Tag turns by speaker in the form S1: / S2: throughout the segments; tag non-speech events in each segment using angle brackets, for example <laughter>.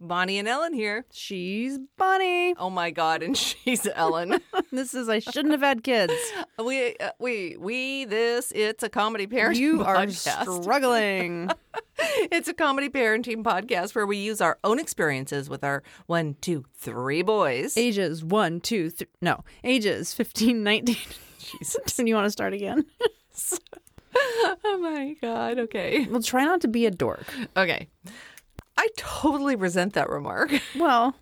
S1: Bonnie and Ellen here.
S2: She's <laughs> Bunny.
S1: Oh my God, and <laughs> she's <laughs> Ellen.
S2: This is I shouldn't have had <laughs> kids.
S1: we, uh, we, we, this, it's a comedy parenting
S2: You are
S1: podcast.
S2: <laughs> struggling.
S1: <laughs> it's a comedy parenting podcast where we use our own experiences with our one, two, three boys.
S2: Ages one, two, three. No, ages 15, 19.
S1: Jesus.
S2: <laughs> And you want to start again?
S1: Oh my God. Okay.
S2: Well, try not to be a dork.
S1: <laughs> Okay. I totally resent that remark. <laughs>
S2: Well,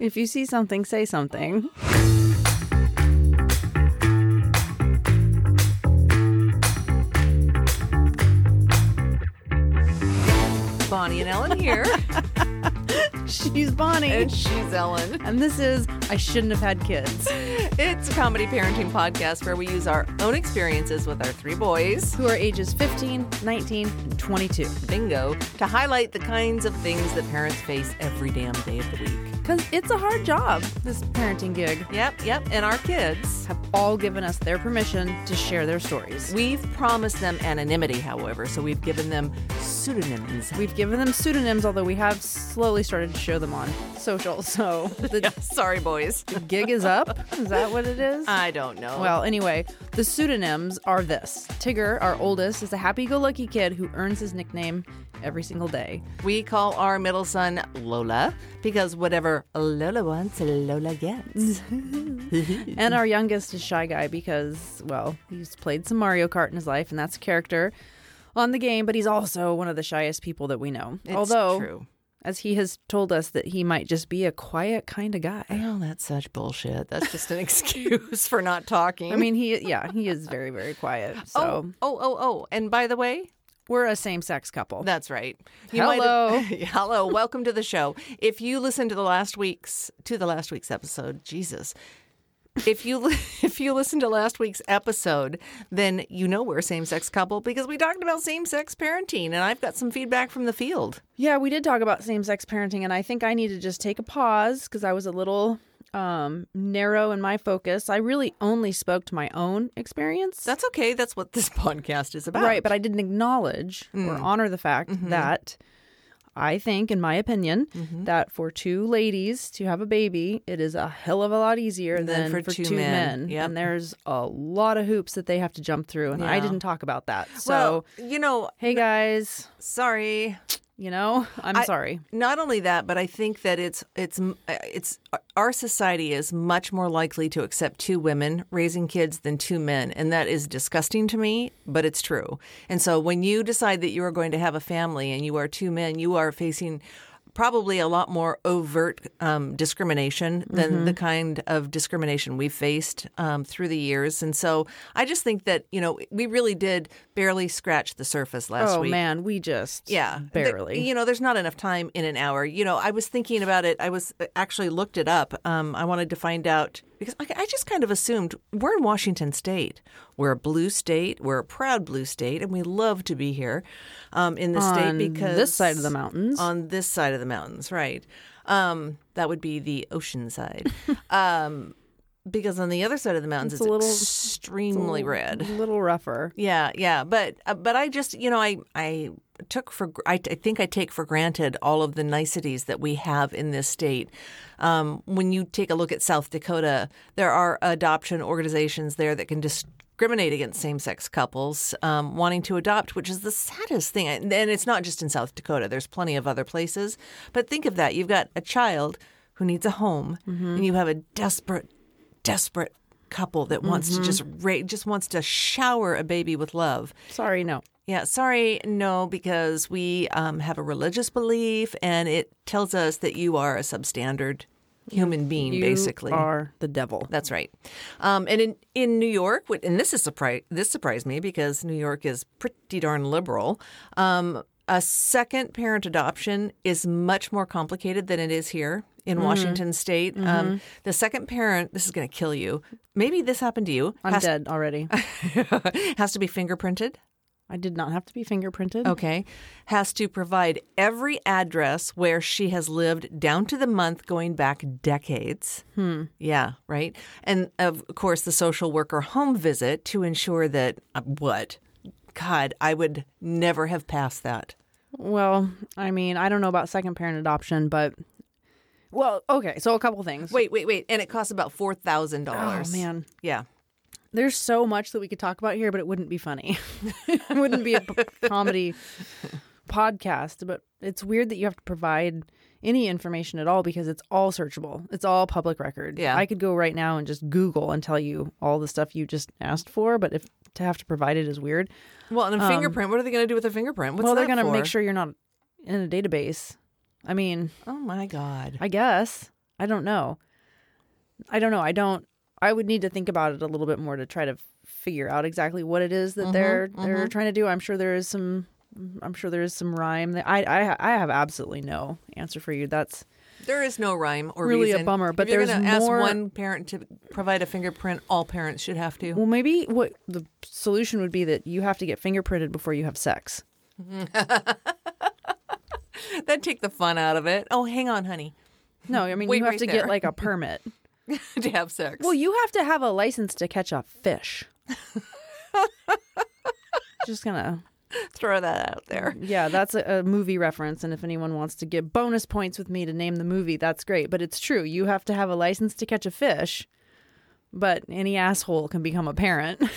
S2: if you see something, say something.
S1: Bonnie and Ellen <laughs> here,
S2: She's Bonnie.
S1: and she's Ellen.
S2: and this is I shouldn't have had kids.
S1: It's a comedy parenting podcast where we use our own experiences with our three boys.
S2: Who are ages 15, 19, and 22.
S1: bingo to highlight the kinds of things that parents face every damn day of the week.
S2: Because it's a hard job, this parenting gig.
S1: Yep, yep, and our kids.
S2: Have all given us their permission to share their stories.
S1: We've promised them anonymity, however, so we've given them <laughs> pseudonyms.
S2: We've given them pseudonyms, although we have slowly started to show them on social. <laughs> So the
S1: Sorry, boys.
S2: gig is up. Is that what it is?
S1: I don't know.
S2: Uh, Well, anyway, the pseudonyms are this Tigger, our oldest, is a happy go lucky kid who earns his nickname every single day.
S1: we call our middle son Lola because whatever Lola wants, Lola gets.
S2: And our youngest is Shy Guy because, well, he's played some Mario Kart in his life, and that's a character on the game, but he's also one of the shyest people that we know.
S1: It's
S2: Although,
S1: true.
S2: as he has told us, that he might just be a quiet kind of guy.
S1: Oh, that's such bullshit. That's just an <laughs> excuse for not talking.
S2: I mean, he, yeah, he is very, very quiet. So
S1: oh, oh, oh, oh. And by the way,
S2: we're a same sex couple.
S1: That's right. You might <laughs>
S2: Hello.
S1: have- hello. Welcome to the show. If you listen to the last week's to the last week's episode, Jesus. If you li- <laughs> if you listen to last week's episode, then you know we're a same-sex couple because we talked about same-sex parenting and I've got some feedback from the field.
S2: Yeah, we did talk about same sex parenting, and I think I need to just take a pause because I was a little um, narrow in my focus. I really only spoke to my own experience.
S1: That's okay. That's what this <laughs> podcast is about.
S2: right, but I didn't acknowledge or
S1: Mm.
S2: honor the fact
S1: Mm-hmm.
S2: that I think, in my opinion, that for two ladies to have a baby, it is a hell of a lot easier than, for, two, men.
S1: Yep.
S2: And there's a lot of hoops that they have to jump through, and I
S1: Yeah.
S2: didn't talk about that. So,
S1: Well, you know,
S2: hey guys,
S1: sorry.
S2: you know, I'm
S1: I-
S2: sorry.
S1: Not only that, but I think that it's it's uh, it's our society is much more likely to accept two women raising kids than two men, and that is disgusting to me, but it's true. And so when you decide that you are going to have a family and you are two men, you are facing probably a lot more overt um, discrimination than
S2: Mm-hmm.
S1: the kind of discrimination we've faced um, through the years. And so I just think that you know we really did barely scratch the surface last
S2: Oh
S1: week.
S2: man, we just
S1: Yeah, The-
S2: barely.
S1: you know, there's not enough time in an hour. You know, I was thinking about it. I was uh, actually looked it up. Um, I wanted to find out because I, I just kind of assumed we're in Washington State. We're a blue state. We're a proud blue state, and we love to be here um, in the
S2: On
S1: state because
S2: this side of the mountains.
S1: On this side of the mountains, right? Um, that would be the ocean side. <laughs> um, because on the other side of the mountains,
S2: It's
S1: it's,
S2: a little- it's
S1: extremely red.
S2: A little rougher.
S1: Yeah, yeah, but uh, but I just you know I I took for gr- I, I think I take for granted all of the niceties that we have in this state. Um, when you take a look at South Dakota, there are adoption organizations there that can discriminate against same-sex couples um, wanting to adopt, which is the saddest thing. And and it's not just in South Dakota. There's plenty of other places, but think of that: you've got a child who needs a home, and you have a desperate desperate couple that wants
S2: Mm-hmm.
S1: to just ra- just wants to shower a baby with love.
S2: Sorry, no.
S1: Yeah, sorry, no, because we um, have a religious belief, and it tells us that you are a substandard human being,
S2: You
S1: basically.
S2: are the devil.
S1: That's right. Um, and in, in New York, wh- and this is surprise this surprised me because New York is pretty darn liberal. Um, a second parent adoption is much more complicated than it is here in Washington State. Um, the second parent, this is going to kill you. Maybe this happened to you.
S2: I'm
S1: has, <laughs>
S2: dead already.
S1: has to be fingerprinted.
S2: I did not have to be fingerprinted.
S1: Okay. Has to provide every address where she has lived down to the month going back decades. Hmm. Yeah, right. And of course, the social worker home visit to ensure that uh, what? God, I would never have passed that.
S2: Well, I mean, I don't know about second parent adoption, but well, okay. So a couple things.
S1: Wait, wait, wait. And it costs about $4,000.
S2: Oh man,
S1: Yeah.
S2: there's so much that we could talk about here, but it wouldn't be funny. <laughs> it wouldn't be a p- comedy podcast. But it's weird that you have to provide any information at all because it's all searchable. It's all public record.
S1: Yeah.
S2: I could go right now and just Google and tell you all the stuff you just asked for, but if to have to provide it is weird.
S1: Well, and a fingerprint. What are they going to do with a fingerprint? What's
S2: well, they're
S1: that
S2: gonna
S1: for?
S2: make sure you're not in a database. I mean,
S1: Oh my God.
S2: I guess. I don't know. I don't know. I don't I would need to think about it a little bit more to try to f- figure out exactly what it is that
S1: Mm-hmm,
S2: they're they're trying to do. I'm sure there is some I'm sure there is some rhyme. that- I I I have absolutely no answer for you. That's
S1: There is no rhyme or
S2: Really a
S1: reason.
S2: bummer, but
S1: if you're
S2: there's
S1: gonna ask
S2: more-
S1: one parent to provide a fingerprint. All parents should have to.
S2: well maybe what the solution would be that you have to get fingerprinted before you have sex.
S1: That'd take the fun out of it. Oh, hang on, honey, <laughs>
S2: No, I mean
S1: Wait
S2: you have
S1: right
S2: to
S1: there.
S2: get like
S1: <laughs>
S2: a permit.
S1: to have sex.
S2: Well, you have to have a license to catch
S1: <laughs>
S2: a fish. Just gonna
S1: throw that out there.
S2: Yeah, that's a, a movie reference. And if anyone wants to get bonus points with me to name the movie, that's great. But it's true. You have to have a license to catch a fish, but any asshole can become a parent. <laughs>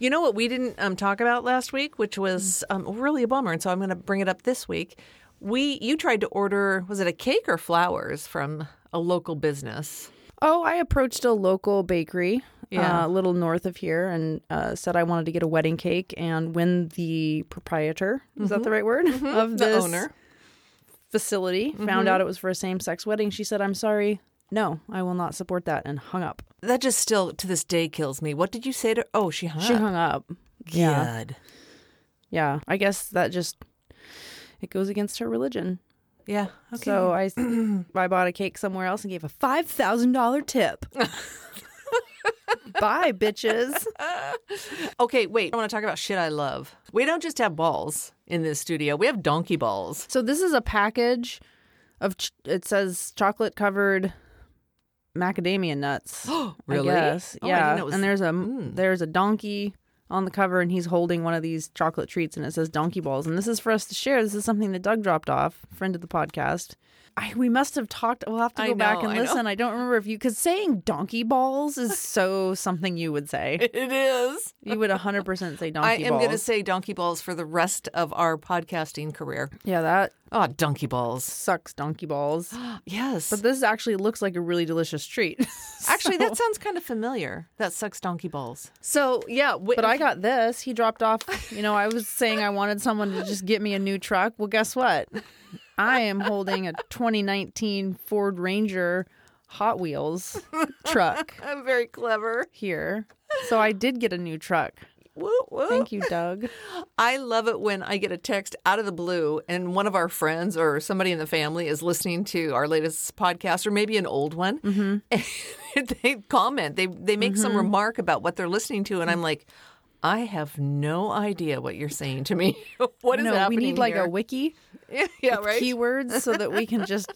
S1: You know what we didn't um, talk about last week, which was
S2: Mm.
S1: um, really a bummer, and so I'm going to bring it up this week. We you tried to order was it a cake or flowers from a local business?
S2: oh, I approached a local bakery
S1: Yeah.
S2: uh, a little north of here and uh, said I wanted to get a wedding cake. And when the proprietor, is that the right word? Of
S1: Mm-hmm. The
S2: this
S1: owner. Mm-hmm.
S2: facility found out it was for a same sex wedding, she said, I'm sorry. No, I will not support that. And hung up.
S1: That just still to this day kills me. What did you say to? Oh, she hung.
S2: She
S1: up.
S2: hung up.
S1: God.
S2: Yeah, I guess that just it goes against her religion.
S1: Yeah. Okay.
S2: So I I bought a cake somewhere else and gave a five thousand dollar tip. Bye, bitches.
S1: okay. Wait. I want to talk about shit I love. We don't just have balls in this studio. We have donkey balls. <gasps>
S2: So this is a package of ch- it says chocolate covered macadamia nuts.
S1: Really?
S2: <gasps> I guess.
S1: Oh, I didn't
S2: yeah.
S1: know it was- Hmm.
S2: And there's a there's a donkey on the cover and he's holding one of these chocolate treats and it says donkey balls and this is for us to share. This is something that Doug dropped off, friend of the podcast. I, we must have talked. We'll have to
S1: I
S2: go back
S1: know,
S2: and
S1: I know.
S2: listen. I don't remember if you because saying donkey balls is so something you
S1: <laughs>
S2: would say.
S1: <laughs> It is.
S2: You would 100% say donkey
S1: I am
S2: balls.
S1: going to say donkey balls for the rest of our podcasting career.
S2: yeah, that
S1: Oh, donkey balls.
S2: sucks. Donkey balls.
S1: <gasps> Yes.
S2: Ah, But this actually looks like a really delicious treat. <laughs>
S1: Actually, that sounds kind of familiar. That sucks donkey balls. So, yeah. Wait,
S2: But I got this. He dropped off. You know, I was saying I wanted someone to just get me a new truck. Well, guess what? I am holding a 2019 Ford Ranger Hot Wheels truck
S1: I'm very clever.
S2: here. So I did get a new truck.
S1: Woo, woo.
S2: Thank you, Doug.
S1: I love it when I get a text out of the blue and one of our friends or somebody in the family is listening to our latest podcast or maybe an old one.
S2: Mm-hmm.
S1: <laughs> And they comment, they they make some remark about what they're listening to and I'm
S2: Mm.
S1: like, I have no idea what you're saying to me. <laughs> what is
S2: no, we
S1: happening
S2: need like
S1: here?
S2: a wiki
S1: <laughs> yeah, right?
S2: keywords so that we can just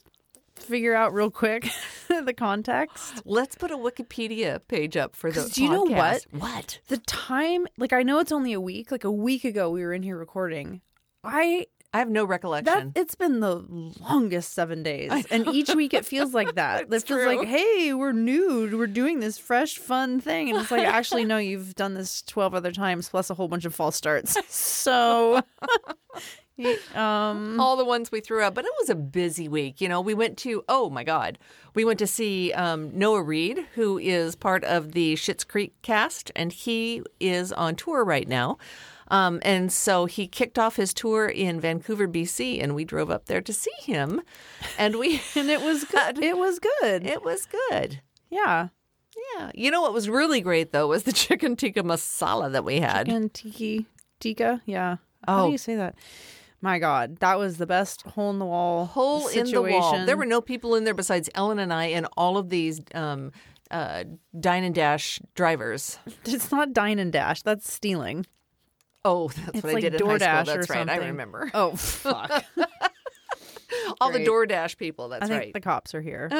S2: figure out real quick <laughs> the context.
S1: Let's put a Wikipedia page up for the
S2: 'Cause do you know
S1: podcast. What?
S2: The time, like I know it's only a week, like a week ago we were in here recording. I
S1: I have no recollection.
S2: That it's been the longest seven days, and each week it feels
S1: <laughs>
S2: like that. It
S1: It's
S2: feels
S1: true.
S2: like, hey, we're nude, we're doing this fresh, fun thing, and it's like, actually, no, you've done this twelve other times plus a whole bunch of false
S1: <laughs>
S2: starts. So, y- um,
S1: all the ones we threw out, but it was a busy week. You know, we went to oh my god, we went to see um, Noah Reed, who is part of the Schitt's Creek cast, and he is on tour right now. Um, and so he kicked off his tour in Vancouver, BC, and we drove up there to see him, and we <laughs>
S2: and it was good. It was good.
S1: it was good.
S2: Yeah,
S1: Yeah, you know what was really great though was the <laughs> chicken tikka masala that we had.
S2: and tiki tika. Yeah. How
S1: Oh.
S2: do you say that? My God, that was the best hole in the wall
S1: hole in the wall.
S2: situation.
S1: There were no people in there besides Ellen and I and all of these um, uh, dine and dash drivers.
S2: It's not dine and dash. That's stealing.
S1: Oh, that's
S2: It's
S1: what I
S2: like
S1: did in high
S2: DoorDash
S1: school.
S2: or
S1: That's right. I
S2: something.
S1: remember <laughs>
S2: Oh <laughs> fuck.
S1: all the
S2: Great.
S1: DoorDash people. That's
S2: I think
S1: right.
S2: the cops are here.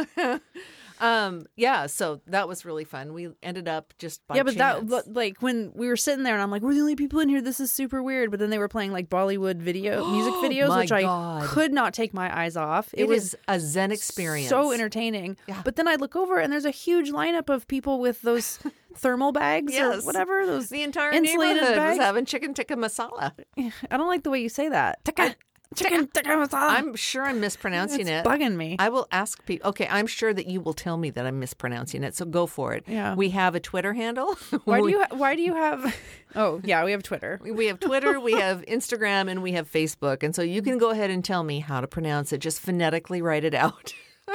S1: Um, yeah, so that was really fun. We ended up just by
S2: yeah, but
S1: chance.
S2: that but, like when we were sitting there and I'm like, we're the only people in here. This is super weird. But then they were playing like Bollywood
S1: <gasps>
S2: video music videos,
S1: My
S2: which I
S1: God.
S2: could not take my eyes off. It,
S1: it
S2: was
S1: was a Zen experience.
S2: so entertaining.
S1: Yeah.
S2: But then I look over and there's a huge lineup of people
S1: <laughs>
S2: with those thermal bags
S1: Yes.
S2: or whatever. Those
S1: The entire
S2: Insulated
S1: neighborhood
S2: bags?
S1: was having chicken tikka masala.
S2: <laughs> I don't like the way you say that. Tikka, chicken, tikka masala.
S1: I'm sure I'm mispronouncing
S2: it's
S1: it.
S2: bugging me.
S1: I will ask people. Okay, I'm sure that you will tell me that I'm mispronouncing it. So go for it.
S2: Yeah.
S1: We have a Twitter handle. <laughs>
S2: why do
S1: We-
S2: you? Ha- why do you have? <laughs> Oh yeah, we have Twitter.
S1: We have Twitter,
S2: <laughs>
S1: we have Instagram, and we have Facebook. And so you can go ahead and tell me how to pronounce it. Just phonetically write it out <laughs>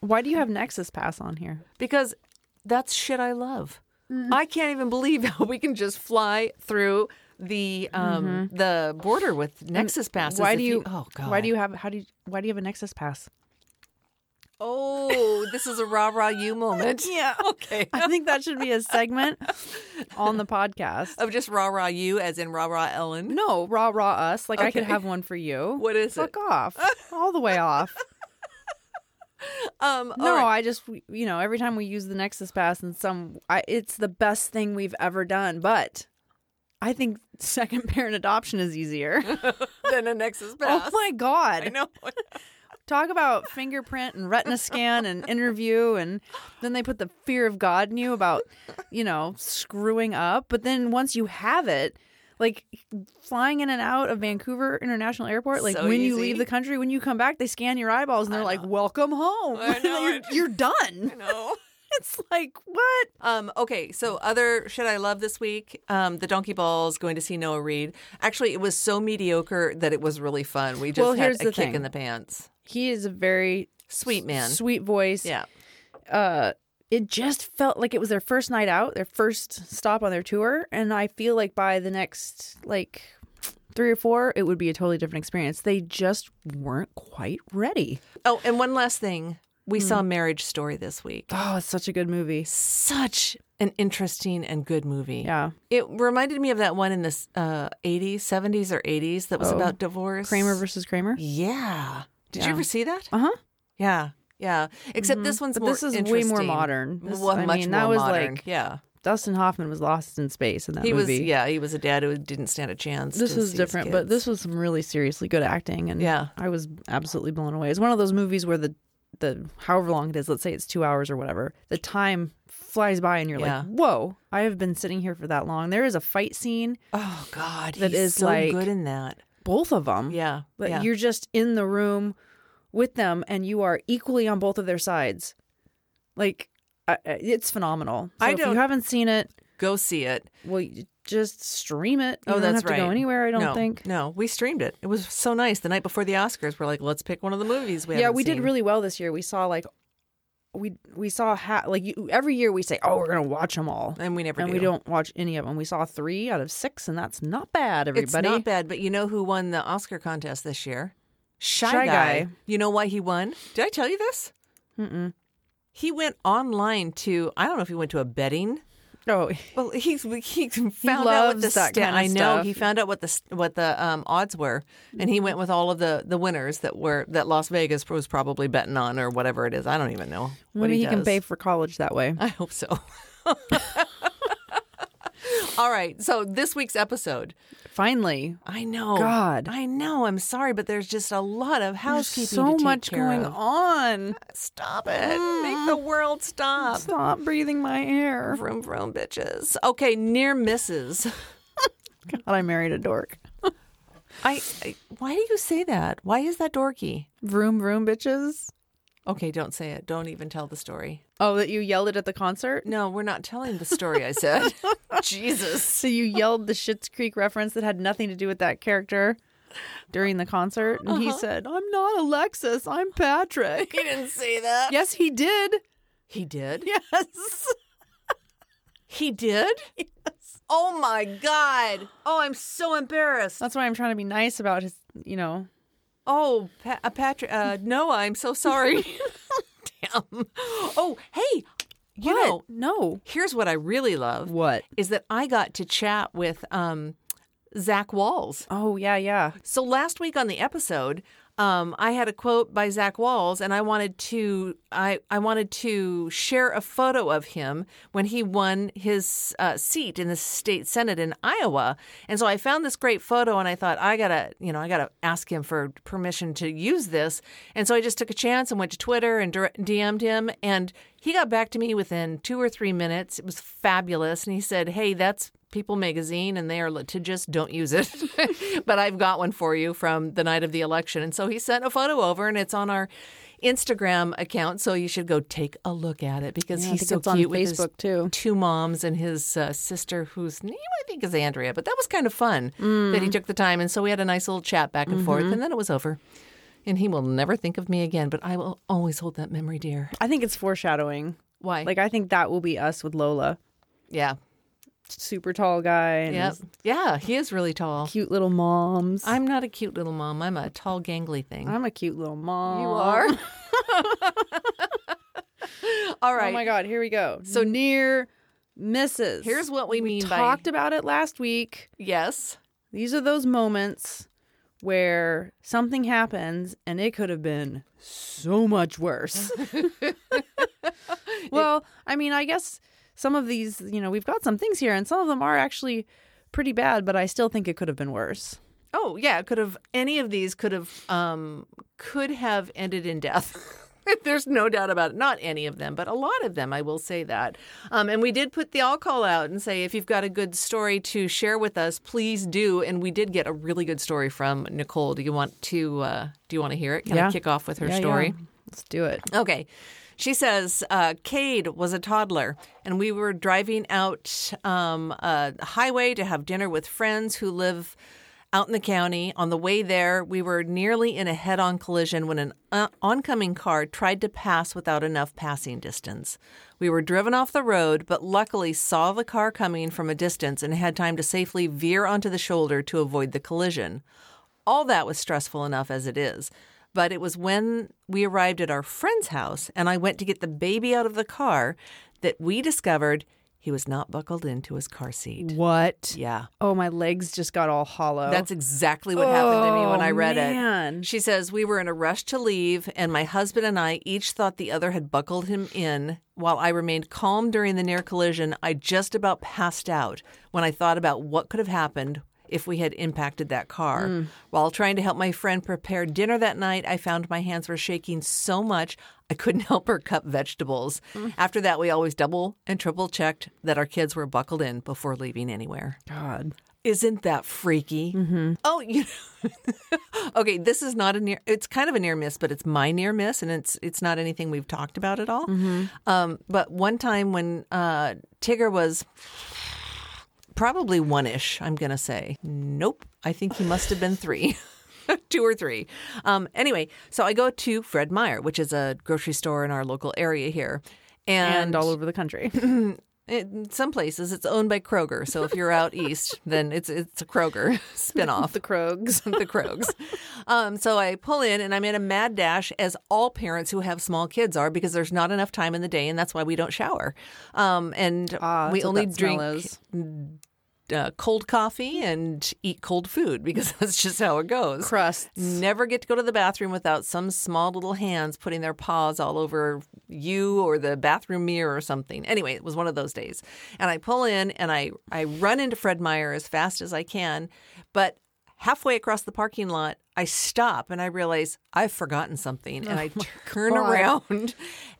S2: Why do you have Nexus Pass on here?
S1: because that's shit I love.
S2: Mm-hmm.
S1: I can't even believe how we can just fly through the um, the border with Nexus passes.
S2: Mm-hmm. why
S1: if
S2: do you?
S1: Oh God!
S2: Why do you have? How do you? Why do you have a Nexus Pass?
S1: Oh, this is a rah rah you moment.
S2: <laughs> Yeah.
S1: Okay.
S2: I think that should be a segment on <laughs> the podcast.
S1: Of just rah rah you, as in rah rah Ellen.
S2: No, raw, raw us. Like I could
S1: Okay.
S2: have one for you.
S1: What is
S2: Fuck <laughs> off, all the way <laughs> off.
S1: it? Um, all
S2: No,
S1: right.
S2: I just we- you know every time we use the Nexus Pass and some, I, it's the best thing we've ever done. But I think second <laughs> parent adoption is <laughs> easier.
S1: then a Nexus
S2: <laughs> oh
S1: pass.
S2: my god!
S1: I know.
S2: Talk about fingerprint and retina scan and interview, and then they put the fear of God in you about you know screwing up. But then once you have it. Like flying in and out of Vancouver International Airport, like
S1: So
S2: when you
S1: easy.
S2: leave the country, when you come back, they scan your eyeballs and they're like, "Welcome home."
S1: I know,
S2: <laughs> you're,
S1: I just-
S2: you're done.
S1: No.
S2: It's like what?
S1: Um, okay, so other shit I love this week, um, the donkey balls going to see Noah Reed. Actually, it was so mediocre that it was really fun. We just
S2: Well,
S1: had
S2: here's
S1: a
S2: the
S1: kick
S2: thing.
S1: in the pants.
S2: He is a very
S1: Sweet man.
S2: sweet voice.
S1: Yeah.
S2: Uh, it just felt like it was their first night out, their first stop on their tour, and I feel like by the next like three or four, it would be a totally different experience. They just weren't quite ready.
S1: Oh, and one last thing. We saw
S2: Hmm.
S1: Marriage Story this week.
S2: Oh, it's such a good movie.
S1: Such an interesting and good movie.
S2: Yeah,
S1: It reminded me of that one in the s- uh, 80s, 70s or 80s that was
S2: Oh.
S1: about divorce.
S2: Kramer versus Kramer.
S1: Yeah. Did
S2: Yeah.
S1: you ever see that?
S2: Uh huh.
S1: Yeah. Yeah. Except this one's
S2: But
S1: more
S2: this is way more
S1: interesting.
S2: modern. This-
S1: well,
S2: I
S1: much
S2: mean,
S1: more
S2: that was
S1: modern.
S2: like
S1: yeah.
S2: Dustin Hoffman was lost in space in that
S1: He was,
S2: movie.
S1: yeah, he was a dad who didn't stand a chance.
S2: this
S1: to
S2: was
S1: see his
S2: different, but
S1: kids.
S2: this was some really seriously good acting, and
S1: Yeah.
S2: I was absolutely blown away. It's one of those movies where the the however long it is, let's say it's two hours or whatever, the time flies by, and you're
S1: Yeah.
S2: like, "Whoa, I have been sitting here for that long." There is a fight scene,
S1: oh god,
S2: that
S1: he's
S2: is
S1: so
S2: like-
S1: good in that.
S2: both of them,
S1: Yeah,
S2: but
S1: yeah.
S2: you're just in the room with them, and you are equally on both of their sides. Like, I, I- it's phenomenal. So
S1: I
S2: if
S1: don't-
S2: you haven't seen it,
S1: go see it.
S2: well, you just stream it.
S1: oh,
S2: You don't
S1: that's
S2: have to
S1: right.
S2: go anywhere. I don't
S1: no,
S2: think.
S1: No, we streamed it. It was so nice. The night before the Oscars, we're like, let's pick one of the movies. We
S2: yeah
S1: haven't
S2: we did
S1: seen.
S2: really well this year we saw like we we saw ha- like you, every year we say oh we're gonna watch them all
S1: and we never
S2: and
S1: do.
S2: we don't watch any of them we saw three out of six and that's not bad
S1: It's
S2: everybody
S1: not bad, but you know who won the Oscar contest this year? Shy,
S2: Shy
S1: guy.
S2: Guy.
S1: You know why he won? Did I tell you this?
S2: Mm-mm.
S1: He went online to I don't know if he went to a betting
S2: oh
S1: Well, he he found out what
S2: loves
S1: the
S2: that
S1: sta-
S2: kind of
S1: I know
S2: stuff. Mm-hmm.
S1: he found out what the what the um, odds were, and he went with all of the the winners that were that Las Vegas was probably betting on or whatever it is. I don't even know what
S2: maybe he, can
S1: does.
S2: pay for college that way
S1: <laughs> I hope so. <laughs> all right, so this week's episode.
S2: finally
S1: I know,
S2: God.
S1: I know. I'm sorry, but there's just a lot of housekeeping. to
S2: so
S1: take
S2: much
S1: care
S2: going Mm-hmm.
S1: of.
S2: on
S1: Stop it! Make the world stop.
S2: stop breathing my air
S1: Vroom vroom, bitches. Okay, near misses.
S2: god i married a dork
S1: I, I why do you say that? Why is that dorky?
S2: vroom vroom bitches
S1: Okay, don't say it. Don't even tell the story.
S2: oh that you yelled it at the concert
S1: No, we're not telling the story. I said, <laughs> Jesus.
S2: so you yelled the Schitt's Creek reference that had nothing to do with that character during the concert, and he said, "I'm not Alexis, I'm Patrick."
S1: He didn't say that.
S2: <laughs> yes, he did.
S1: He did.
S2: Yes,
S1: He did. Oh my God. Oh, I'm so embarrassed.
S2: that's why I'm trying to be nice about his. You know,
S1: Oh, pa- uh, Patrick. Uh, Noah, I'm so <laughs> sorry. Damn. Oh, hey. You know,
S2: no.
S1: here's what I really love
S2: What?
S1: is that I got to chat with um, Zach Walls.
S2: Oh yeah, yeah.
S1: So last week on the episode, um, I had a quote by Zach Walls, and I wanted to I, I wanted to share a photo of him when he won his uh, seat in the state senate in Iowa, and so I found this great photo, and I thought I gotta you know I gotta ask him for permission to use this, and so I just took a chance and went to Twitter and direct, DM'd him, and he got back to me within two or three minutes. It was fabulous, and he said, "Hey, that's People magazine and they are litigious. Don't use it. <laughs> but I've got one for you from the night of the election. And so he sent a photo over and it's on our Instagram account. So you should go take a look at it because
S2: Yeah, I
S1: he's
S2: think
S1: so
S2: it's on
S1: cute with his
S2: Facebook, too.
S1: two moms and his uh, sister, whose name I think is Andrea. But that was kind of fun
S2: Mm.
S1: that he took the time. And so we had a nice little chat back and forth.
S2: Mm-hmm.
S1: And then it was over. And he will never think of me again, but I will always hold that memory dear.
S2: I think it's foreshadowing.
S1: Why?
S2: Like I think that will be us with Lola,
S1: yeah.
S2: super tall guy and
S1: Yep.
S2: his
S1: Yeah. He is really tall.
S2: cute little moms.
S1: I'm not a cute little mom. I'm a tall, gangly thing.
S2: I'm a cute little mom.
S1: You are. <laughs> All right.
S2: Oh my god, here we go.
S1: So-
S2: So near misses.
S1: Here's what we,
S2: we
S1: mean
S2: talked
S1: by
S2: about it last week.
S1: yes.
S2: These are those moments where something happens and it could have been so much
S1: <laughs>
S2: worse. <laughs> well, I mean, I guess some of these, you know, we've got some things here and some of them are actually pretty bad, but I still think it could have been worse.
S1: Oh yeah, it could have any of these could have um could have ended in death. <laughs> There's no doubt about it. Not any of them, but a lot of them. I will say that. Um, and we did put the all call out and say if you've got a good story to share with us, please do. And we did get a really good story from Nicole. Do you want to? Uh, do you want to hear it? Can I
S2: Yeah.
S1: kick off with her
S2: Yeah, yeah.
S1: story?
S2: Let's do it.
S1: Okay. She says, uh, Cade was a toddler, and we were driving out um, a highway to have dinner with friends who live out in the county. On the way there, we were nearly in a head on collision when an uh, oncoming car tried to pass without enough passing distance. We were driven off the road, but luckily saw the car coming from a distance and had time to safely veer onto the shoulder to avoid the collision. All that was stressful enough as it is. But it was when we arrived at our friend's house and I went to get the baby out of the car that we discovered he was not buckled into his car seat.
S2: What?
S1: Yeah.
S2: Oh, my legs just got all hollow.
S1: That's exactly what happened to me when I
S2: Oh,
S1: read
S2: man.
S1: it. She says, We were in a rush to leave, and my husband and I each thought the other had buckled him in. While I remained calm during the near collision, I just about passed out when I thought about what could have happened if we had impacted that car.
S2: Hmm.
S1: While trying to help my friend prepare dinner that night, I found my hands were shaking so much I couldn't <laughs> help her cut vegetables.
S2: Hmm.
S1: After that, we always double and triple checked that our kids were buckled in before leaving anywhere.
S2: God.
S1: Isn't that freaky? Oh, you <laughs> okay. This is not a near. It's kind of a near miss, but it's my near miss, and it's it's not anything we've talked about at all. Um, but one time when uh, Tigger was probably one ish, I'm gonna say. Nope, I think he must have been three. <laughs> Two or three. Um, anyway, so I go to Fred Meyer, which is a grocery store in our local area here,
S2: And,
S1: and,
S2: all over
S1: <laughs>
S2: the country.
S1: in some places, it's owned by Kroger. So if you're out
S2: <laughs>
S1: east, then it's it's a Kroger <laughs> spinoff
S2: the Krogs.
S1: the Krogs. Um, so I pull in and I'm in a mad dash, as all parents who have small kids are, because there's not enough time in the day, and that's why we don't shower. Um, and
S2: Ah,
S1: we
S2: that's what
S1: only
S2: that smell
S1: drink
S2: is.
S1: uh, cold coffee and eat cold food because <laughs> that's just how it goes.
S2: crusts.
S1: Never get to go to the bathroom without some small little hands putting their paws all over you or the bathroom mirror or something. Anyway, it was one of those days. And I pull in and I, I run into Fred Meyer as fast as I can. But halfway across the parking lot, I stop and I realize I've forgotten something. And I turn
S2: God.
S1: around.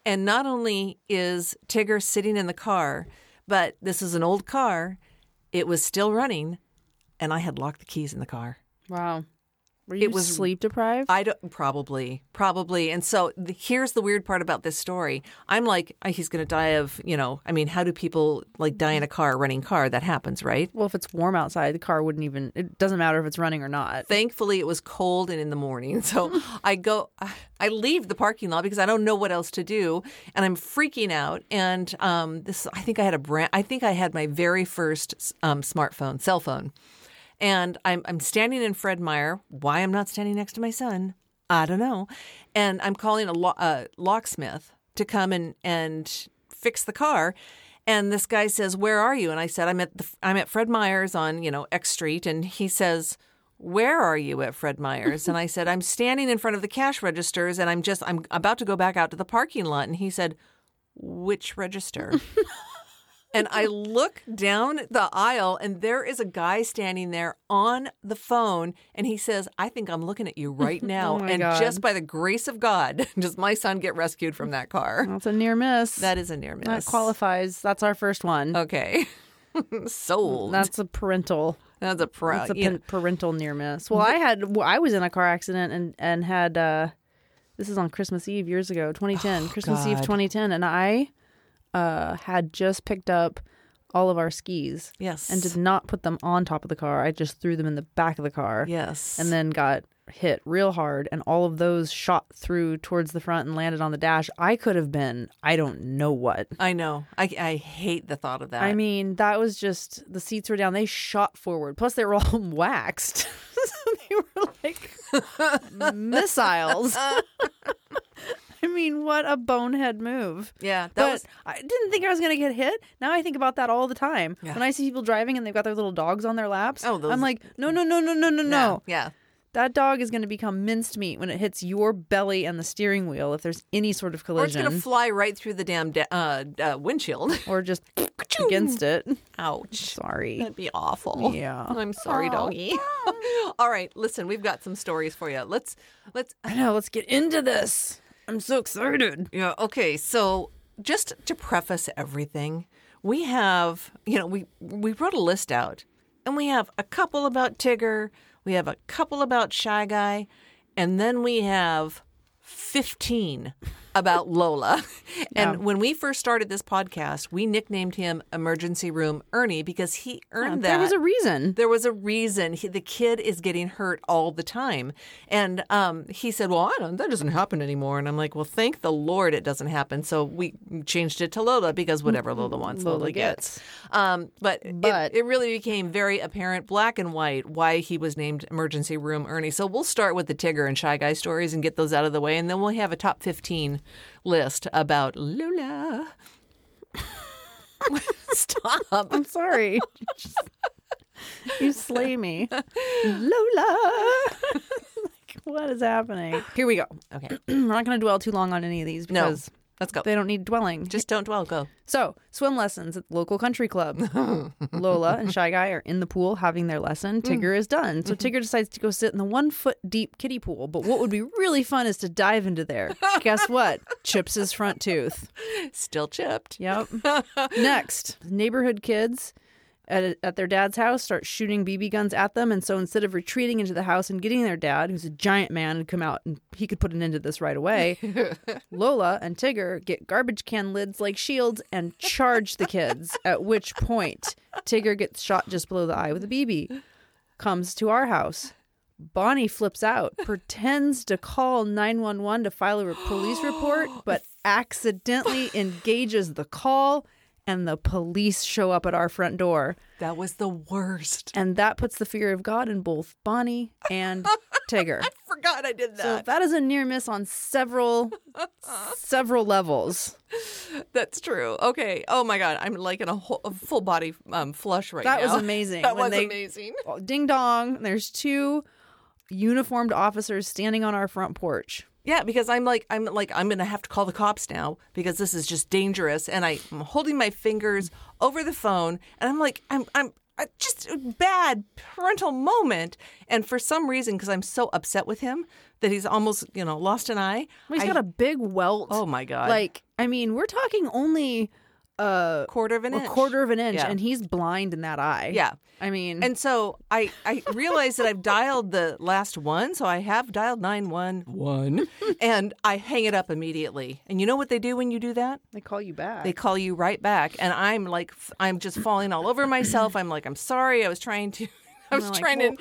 S1: And not only is Tigger sitting in the car, but this is an old car. It was still running. And I had locked the keys in the car.
S2: Wow. Were you
S1: was-
S2: sleep deprived?
S1: I don't probably probably. And so th- here's the weird part about this story. I'm like, "Oh, he's going to die of you know. I mean, how do people like die in a car, running car? That happens, right?
S2: well, if it's warm outside, the car wouldn't even. It doesn't matter if it's running or not.
S1: Thankfully, it was cold and in the morning. <laughs> So I go, I leave the parking lot because I don't know what else to do, and I'm freaking out. And um, this, I think I had a brand. I think I had my very first um, smartphone, cell phone, and I'm I'm standing in Fred Meyer. Why I'm not standing next to my son, I don't know. And I'm calling a, lo- a locksmith to come and and fix the car. And this guy says, "Where are you?" And I said, "I'm at the I'm at Fred Meyer's on you know X Street." And he says, where are you at Fred Meyer's? And I said, I'm standing in front of the cash registers and I'm just, I'm about to go back out to the parking lot. And he said, which
S2: <laughs>
S1: register? and I look down the aisle and there is a guy standing there on the phone. And he says, I think I'm looking at you
S2: <laughs>
S1: right now.
S2: Oh my
S1: and
S2: God.
S1: just by the grace of God, <laughs> does my son get rescued from that car?
S2: That's a near miss.
S1: That is a near miss.
S2: That qualifies. That's our first one.
S1: Okay. <laughs> Sold. That's,
S2: That's a parental.
S1: a pro.
S2: That's a
S1: you know,
S2: pen- parental near miss. Well, I had. Well, I was in a car accident and and had. uh This is on Christmas Eve years ago, 2010. Christmas Eve,
S1: Oh, God.
S2: 2010, and I uh had just picked up all of our skis
S1: yes.
S2: and did not put them on top of the car. I just threw them in the back of the car.
S1: yes.
S2: and then got hit real hard and all of those shot through towards the front and landed on the dash i could have been i don't know what
S1: I know. I, I hate the thought of that.
S2: i mean that was just the seats were down they shot forward plus they were all <laughs> waxed so they were
S1: <laughs>
S2: like missiles i mean what a bonehead move
S1: yeah. That
S2: but
S1: was
S2: I didn't think I was gonna get hit. Now I think about that all the time.
S1: Yeah.
S2: When I see people driving and they've got their little dogs on their laps,
S1: Oh, those-
S2: I'm like, no, no, no, no, no, no, no.
S1: Yeah.
S2: That dog is going to become minced meat when it hits your belly and the steering wheel if there's any sort
S1: Or
S2: of
S1: it's
S2: collision
S1: going to fly right through the damn da- uh, uh, windshield. <laughs>
S2: or just against it.
S1: Ouch. <laughs>
S2: Sorry.
S1: That'd be awful.
S2: Yeah.
S1: I'm sorry, doggy. <laughs> All right, listen, we've got some stories for you. Let's let's
S2: I know, let's get into this. I'm so excited.
S1: Yeah, okay. So, just to preface everything, we have, you know, we we wrote a list out. And we have a couple about Tigger, we have a couple about Shy Guy, and then we have 15 about Lola. <laughs> And when we first started this podcast, we nicknamed him Emergency Room Ernie because he earned that
S2: There was a reason.
S1: there was a reason he, the kid is getting hurt all the time and um, he said well i don't that doesn't happen anymore and i'm like well thank the lord it doesn't happen so we changed it to lola because whatever lola wants Mm-hmm. lola,
S2: Lola
S1: gets, Um, but, it-
S2: But-
S1: it, really became very apparent black and white why he was named emergency room ernie so we'll start with the tigger and shy guy stories and get those out of the way and then we'll have a top 15 list about lola <laughs> stop
S2: I'm <laughs> sorry. Just- you slay me. Lola. like, what is happening? Here we go. <clears throat>
S1: okay
S2: We're not going to dwell too long on any of these
S1: no
S2: because
S1: let's go
S2: they don't need dwelling.
S1: just don't dwell go
S2: So, swim lessons at the local country club. Lola and Shy Guy are in the pool having their lesson. Tigger is done. So, Tigger decides to go sit in the one foot deep kiddie pool. But what would be really fun is to dive into there. Guess what? Chips his front tooth.
S1: Still chipped.
S2: Yep. Next, neighborhood kids at, at their dad's house start shooting BB guns at them. And so instead of retreating into the house and getting their dad, who's a giant man, and come out and he could put an end to this right away, Lola and Tigger get garbage can lids like shields and charge the kids, at which point Tigger gets shot just below the eye with a BB. Comes to our house. Bonnie flips <laughs> out, pretends to call 911 to file a re- police <gasps> report, but accidentally engages the call, and the police show up at our front door.
S1: That was the worst.
S2: And that puts the fear of God in both Bonnie <laughs> and Tigger.
S1: Forgot I did
S2: So
S1: that.
S2: that is a near miss on <laughs> several several levels.
S1: That's true. Okay. Oh my god, I'm like in a, whole, a full body um, flush right
S2: That
S1: now.
S2: was amazing.
S1: that
S2: When
S1: was
S2: they-
S1: amazing.
S2: Ding dong, there's two uniformed officers standing on our front porch.
S1: Yeah, because I'm like I'm like I'm gonna have to call the cops now because this is just dangerous. And I, am holding my fingers over the phone, and I'm like I'm I'm I just a bad parental moment. And for some reason, because I'm so upset with him that he's almost you know lost an eye.
S2: He's
S1: I-
S2: got a big welt.
S1: oh my god,
S2: like I mean, we're talking only uh,
S1: quarter of an
S2: a
S1: inch.
S2: quarter of an inch,
S1: Yeah.
S2: and he's blind in that eye.
S1: Yeah.
S2: I mean,
S1: And so I, I realized that I've dialed the last one, so I have dialed 911 and I hang it up immediately. And you know what they do when you do that?
S2: they call you back.
S1: They call you right back and I'm like f- I'm just falling all over myself. I'm like I'm sorry. I was trying to <laughs> I was
S2: they're like,
S1: trying to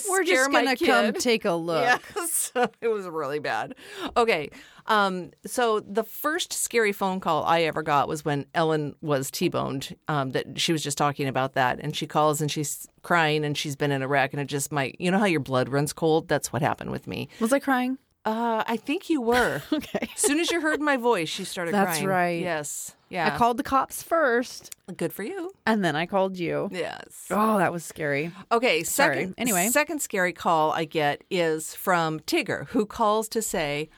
S1: <laughs> scare
S2: just
S1: my
S2: gonna
S1: kid.
S2: come
S1: <laughs>
S2: take a look.
S1: Yes, it was really bad. Okay, um, so the first scary phone call I ever got was when Ellen was T-boned. Um, that she was just talking about that, and she calls and she's crying and she's been in a wreck, and it just might. You know how your blood runs cold? That's what happened with me.
S2: Was
S1: <laughs>
S2: I crying?
S1: Uh, I think you were.
S2: <laughs> Okay.
S1: As soon as you heard my voice, she started
S2: That's
S1: crying.
S2: right.
S1: Yes. Yeah.
S2: I called the cops first,
S1: Good for you.
S2: and then I called you.
S1: Yes.
S2: Oh, that was scary.
S1: Okay, second
S2: Sorry. Anyway.
S1: second scary call I get is from Tigger, who calls to say,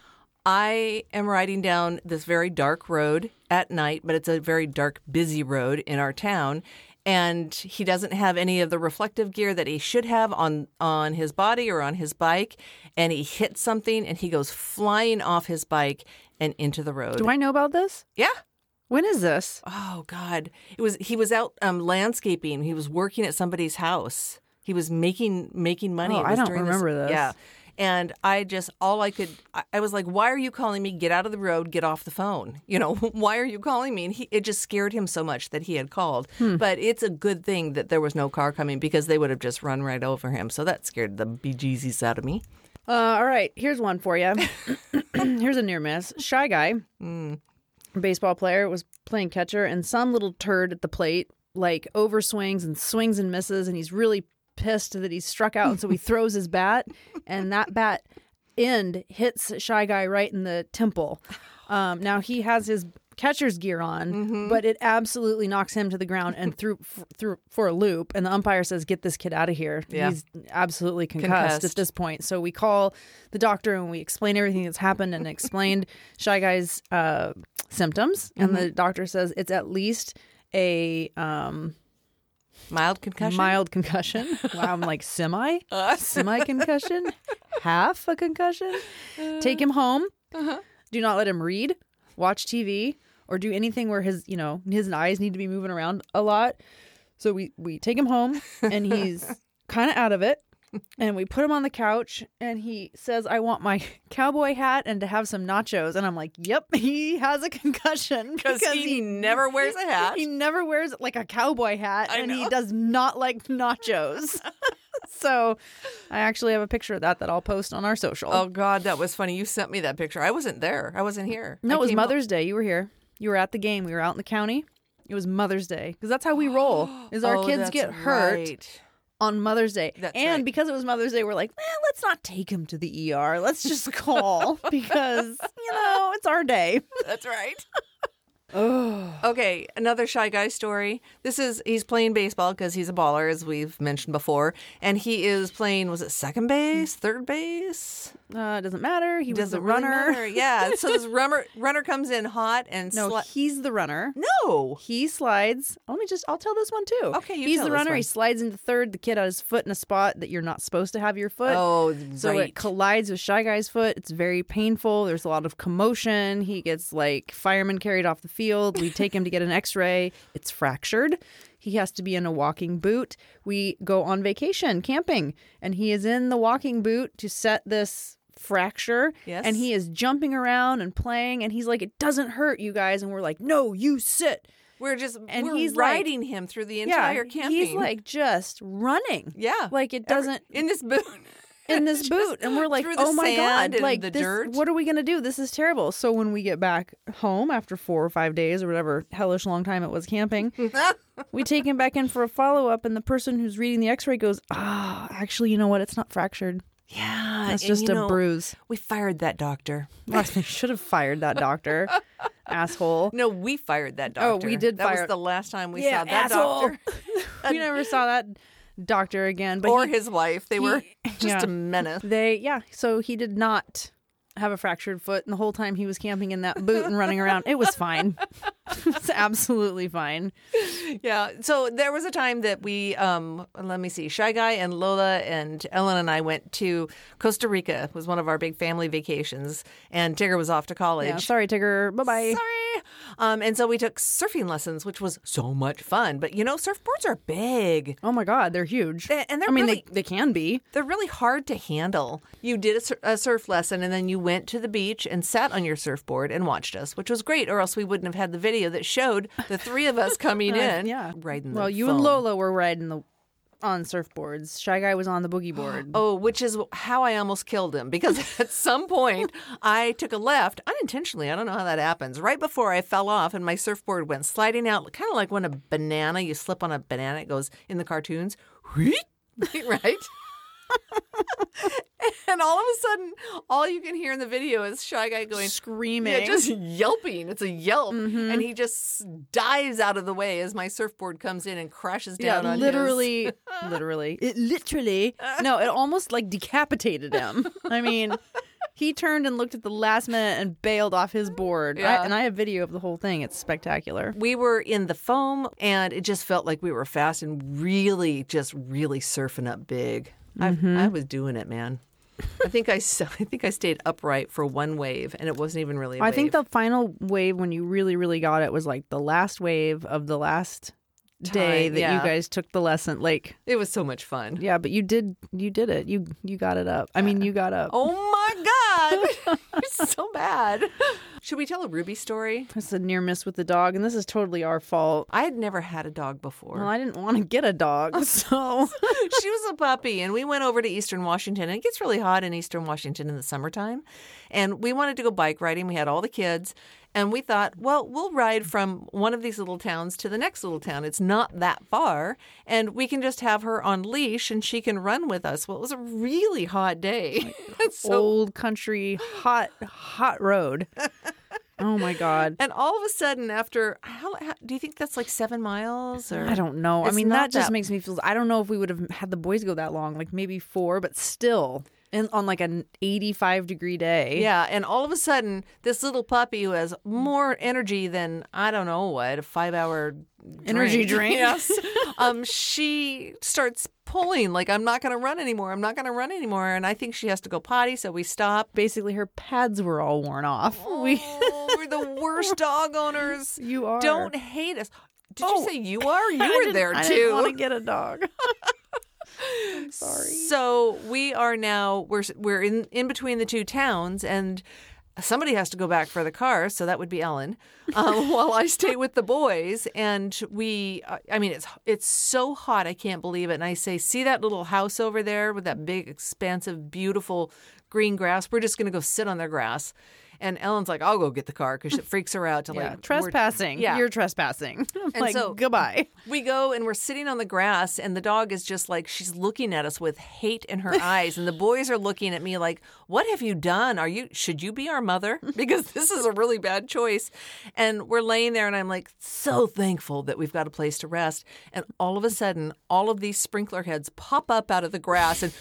S1: I am riding down this very dark road at night, but it's a very dark, busy road in our town. And he doesn't have any of the reflective gear that he should have on, on his body or on his bike. And he hits something and he goes flying off his bike and into the road.
S2: Do I know about this?
S1: yeah.
S2: When is this?
S1: Oh God! It was he was out um, landscaping. He was working at somebody's house. He was making making money.
S2: Oh,
S1: It
S2: I
S1: was
S2: don't
S1: during
S2: remember this.
S1: Yeah, and I just all I could I, I was like, "Why are you calling me? Get out of the road. Get off the phone. <laughs> You know, why are you calling me?" And he, it just scared him so much that he had called.
S2: Hmm.
S1: But it's a good thing that there was no car coming because they would have just run right over him. So that scared the bejesus out of me.
S2: Uh, all right, here's one for you. <coughs> here's a near miss. Shy guy, baseball player, was playing catcher, and some little turd at the plate like overswings and swings and misses, and he's really pissed that he's struck out, and so he throws his bat, and that bat end hits shy guy right in the temple. Um, now he has his catcher's gear on, but it absolutely knocks him to the ground and through f- through for a loop. And the umpire says, "Get this kid out of here.
S1: Yeah.
S2: He's absolutely
S1: Concussed.
S2: concussed at this point. So we call the doctor and we explain everything that's happened and explained <laughs> Shy Guy's uh, symptoms. And the doctor says it's at least a um,
S1: Mild concussion. Uh,
S2: mild
S1: <laughs>
S2: concussion. Wow, I'm like, semi? semi concussion? Half a concussion?
S1: Uh,
S2: Take him home.
S1: uh-huh.
S2: Do not let him read, watch TV, or do anything where his, you know, his eyes need to be moving around a lot. So we we take him home and
S1: <laughs>
S2: he's kind of out of it. And we put him on the couch and he says, "I want my <laughs> cowboy hat and to have some nachos." And I'm like, "Yep, he has a concussion <laughs>
S1: because he, never wears a hat.
S2: he never wears like a cowboy hat
S1: I
S2: and he
S1: know.
S2: does not like <laughs> nachos.
S1: <laughs>
S2: so I actually have a picture of that that I'll post on our social.
S1: Oh God, that was funny. You sent me that picture. I wasn't there. I wasn't here.
S2: no,
S1: I
S2: it was
S1: came home-
S2: Mother's Day. You were here. You were at the game. We were out in the county. It was Mother's Day because that's how we
S1: <gasps>
S2: roll. Is our
S1: Oh,
S2: kids
S1: that's
S2: get hurt <laughs>
S1: right.
S2: on Mother's Day,
S1: That's
S2: and
S1: right.
S2: because it was Mother's Day, we're like, eh, let's not take him to the ER.
S1: <laughs>
S2: Let's just call because you know it's our day.
S1: That's right. okay, another shy guy story. This is he's playing baseball because he's a baller, as we've mentioned before, and he is playing. Was it second base, third base?
S2: Uh, it doesn't matter. He was
S1: Does
S2: the
S1: it really
S2: runner.
S1: matter? <laughs> yeah. So
S2: <laughs>
S1: this runner runner comes in hot and
S2: No,
S1: sli-
S2: he's the runner.
S1: no.
S2: He slides. Let me just. I'll tell this one too.
S1: Okay, you
S2: He's
S1: tell
S2: the
S1: this
S2: runner. He
S1: one.
S2: slides into third. The kid had his foot in a spot that you're not supposed to have your foot.
S1: Oh,
S2: so
S1: right.
S2: it collides with shy guy's foot. It's very painful. There's a lot of commotion. He gets like firemen carried off the field. We take him to get an X-ray. It's fractured. He has to be in a walking boot. We go on vacation camping, and he is in the walking boot to set this fracture
S1: Yes.
S2: and he is jumping around and playing and he's like it doesn't hurt you guys and we're like no you sit
S1: we're just
S2: and
S1: we're
S2: he's like-
S1: riding him through the entire campaign.
S2: He's like just running.
S1: yeah,
S2: Like it
S1: every- <laughs>
S2: doesn't
S1: in this
S2: <laughs>
S1: boot.
S2: in this boot. And we're like,
S1: through the
S2: oh my
S1: sand
S2: God.
S1: and
S2: Like
S1: the
S2: this,
S1: dirt.
S2: what are we gonna do? This is terrible. So when we get back home after four or five days or whatever hellish long time it
S1: <laughs>
S2: was camping, we take him back in for a follow up and the person who's reading the x ray goes, Ah, actually, you know what? It's not fractured.
S1: yeah,
S2: It's
S1: and
S2: just
S1: you
S2: a
S1: know, <laughs>
S2: bruise.
S1: We fired that doctor.
S2: I should have fired that <laughs> doctor. Asshole.
S1: No, we fired that
S2: Oh,
S1: doctor.
S2: we did
S1: that
S2: fire-
S1: was the last time we
S2: Yeah,
S1: saw that
S2: asshole.
S1: doctor
S2: <laughs> we never saw that doctor again. But
S1: or
S2: he,
S1: his wife. They were <laughs> just
S2: yeah.
S1: a menace.
S2: They yeah, so he did not have a fractured foot and the whole time he was camping in that boot and running around, it was fine. <laughs> it's absolutely fine.
S1: <laughs> Yeah. So there was a time that we, um, let me see, Shy Guy and Lola and Ellen and I went to Costa Rica. It was one of our big family vacations, and Tigger was off to college.
S2: Yeah, sorry, Tigger. Bye-bye.
S1: Sorry. Um, and so we took surfing lessons, which was so much fun. But you know, surfboards are big.
S2: Oh my god, they're huge.
S1: They- and they're
S2: I mean
S1: really-
S2: they they can be.
S1: They're really hard to handle. You did a, sur- a surf lesson and then you went to the beach and sat on your surfboard and watched us, which was great, or else we wouldn't have had the video that showed the three of
S2: <laughs>
S1: us coming in.
S2: yeah.
S1: Riding the
S2: Well, you and
S1: foam.
S2: Lola were riding the on surfboards. Shy guy was on
S1: <gasps>
S2: the boogie board.
S1: Oh, which is how I almost killed him because <laughs> at some point I took a left unintentionally. I don't know how that happens. Right before I fell off and my surfboard went sliding out, kind of like when a banana, you slip on a <laughs> banana, it goes in the cartoons, right? And all of a sudden, all you can hear in the video is Shy Guy going,
S2: Screaming.
S1: yeah, just yelping. It's a yelp.
S2: Mm-hmm.
S1: And he just dives out of the way as my surfboard comes in and crashes
S2: Yeah,
S1: down on his. <laughs>
S2: literally, literally, it literally. No, it almost like decapitated him. I mean, he turned and looked at the last minute and bailed off his board. I-
S1: Yeah.
S2: and I have video of the whole thing. It's spectacular.
S1: We were in the foam and it just felt like we were fast and really, just really surfing up big. I, I
S2: Mm-hmm.
S1: was doing it, man. I think I, s- <laughs> I think I stayed upright for one wave and it wasn't even really a
S2: I think
S1: wave.
S2: the final wave when you really, really got it was like the last wave of the last day
S1: Time,
S2: that
S1: yeah.
S2: you guys took the lesson. Like,
S1: it was so much fun.
S2: yeah, but you did, you did it. You you got it up. I mean, you got up.
S1: Oh my
S2: <laughs>
S1: God. <laughs> it's so bad. Should we tell a Ruby story?
S2: It's a near miss with the dog, and this is totally our fault.
S1: I had never had a dog before.
S2: Well, I didn't want to get a dog,
S1: <laughs>
S2: <laughs> so
S1: she was a puppy, and we went over to Eastern Washington. And it gets really hot in Eastern Washington in the summertime. And we wanted to go bike riding. We had all the kids. And we thought, well, we'll ride from one of these little towns to the next little town. It's not that far. And we can just have her on leash and she can run with us. Well, it was a really hot day. <laughs> so
S2: old country hot
S1: <laughs>
S2: hot road. Oh my god.
S1: And all of a sudden, after how, how do you think that's like seven miles? Or
S2: I don't know. I
S1: It's
S2: mean,
S1: not
S2: that just
S1: that-
S2: makes me feel. I don't know if we would have had the boys go that long, like maybe four, but still, and on like an eighty-five degree day.
S1: Yeah, and all of a sudden, this little puppy who has more energy than I don't know what a five-hour
S2: Energy drink. <laughs>
S1: yes, um, she starts pulling like I'm not going to run anymore. I'm not going to run anymore, and I think she has to go potty, so we stop.
S2: Basically, her pads were all worn off.
S1: <laughs>
S2: We,
S1: Oh, we're the worst dog owners.
S2: <laughs> you are.
S1: Don't hate us. Did
S2: Oh.
S1: you say you are?
S2: <laughs> I
S1: You were
S2: didn't-
S1: there
S2: I
S1: too.
S2: didn't want to get a dog. I'm sorry.
S1: So we are now we're we're in in between the two towns, and somebody has to go back for the car, so that would be Ellen, <laughs> um, while I stay with the boys. And we, I- I mean, it's it's so hot, I can't believe it. And I say, see that little house over there with that big, expansive, beautiful green grass? We're just gonna go sit on their grass. And Ellen's like, I'll go get the car because it freaks her out to
S2: <laughs> Yeah,
S1: like we're-
S2: trespassing.
S1: yeah.
S2: You're trespassing. <laughs> I'm like,
S1: so-
S2: goodbye.
S1: we go and we're sitting on the grass, and the dog is just like, she's looking at us with hate in her eyes. And the boys are looking at me like, What have you done? Are you, should you be our mother? Because this is a really bad choice. And we're laying there, and I'm like, So thankful that we've got a place to rest. And all of a sudden, all of these sprinkler heads pop up out of the grass and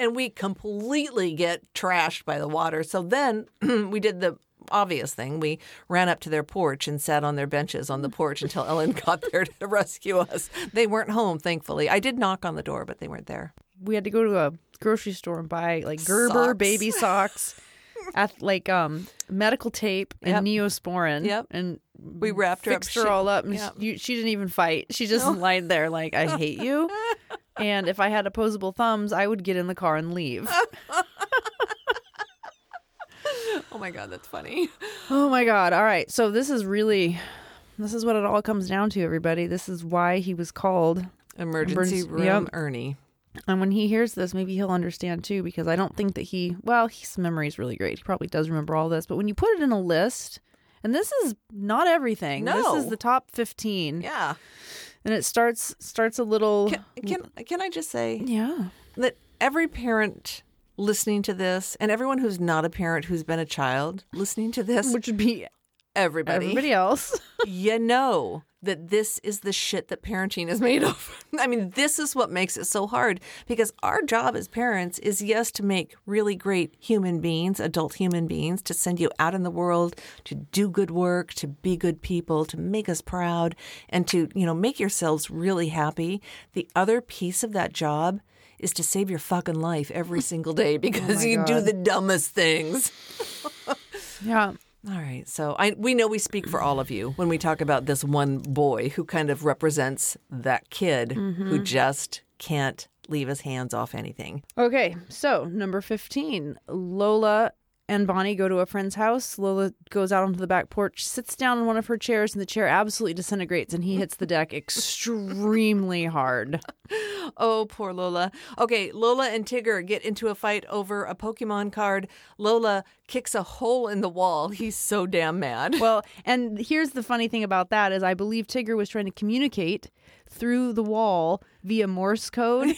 S1: and we completely get trashed by the water. So then <clears throat> we did the obvious thing. We ran up to their porch and sat on their benches on the porch until Ellen got <laughs> there to rescue us. They weren't home, thankfully. I did knock on the door, but they weren't there.
S2: we had to go to a grocery store and buy like Gerber
S1: Socks.
S2: baby socks,
S1: <laughs>
S2: ath- like um medical tape and Neosporin.
S1: Yep.
S2: and
S1: We wrapped her up.
S2: fixed
S1: She-
S2: her all up. And
S1: Yep.
S2: she, you- she didn't even fight. She just lied there like I hate
S1: <laughs>
S2: you. and if I had opposable thumbs, I would get in the car and leave.
S1: Oh my God, that's funny.
S2: oh my god! All right, so this is really. This is what it all comes down to, everybody. This is why he was called
S1: Emergency
S2: Emergency-
S1: room
S2: yep.
S1: Ernie.
S2: And when he hears this, maybe he'll understand too, because I don't think that he, well, his memory is really great. He probably does remember all this. But when you put it in a list, and this is not everything.
S1: No.
S2: This is the top 15.
S1: Yeah.
S2: And it starts starts a little
S1: Can, can, can I just say
S2: yeah.
S1: that every parent listening to this and everyone who's not a parent who's been a child listening to this,
S2: Which would be
S1: everybody.
S2: everybody else.
S1: you know that this is the shit that parenting is made <laughs> of. I mean, this is what makes it so hard because our job as parents is, yes, to make really great human beings, adult human beings, to send you out in the world to do good work, to be good people, to make us proud, and to, you know, make yourselves really happy. The other piece of that job is to save your fucking life every single day because you do
S2: God.
S1: the dumbest things.
S2: yeah.
S1: All right. So I we know we speak for all of you when we talk about this one boy who kind of represents that kid who just can't leave his hands off anything.
S2: Okay, so number 15, Lola and Bonnie go to a friend's house. Lola goes out onto the back porch, sits down on one of her chairs, and the chair absolutely disintegrates, and he hits the deck extremely hard.
S1: Oh, poor Lola. Okay, Lola and Tigger get into a fight over a Pokemon card. Lola kicks a hole in the wall. He's so damn <laughs> mad.
S2: Well, and here's the funny thing about that is I believe Tigger was trying to communicate through the wall via Morse
S1: <laughs>
S2: code,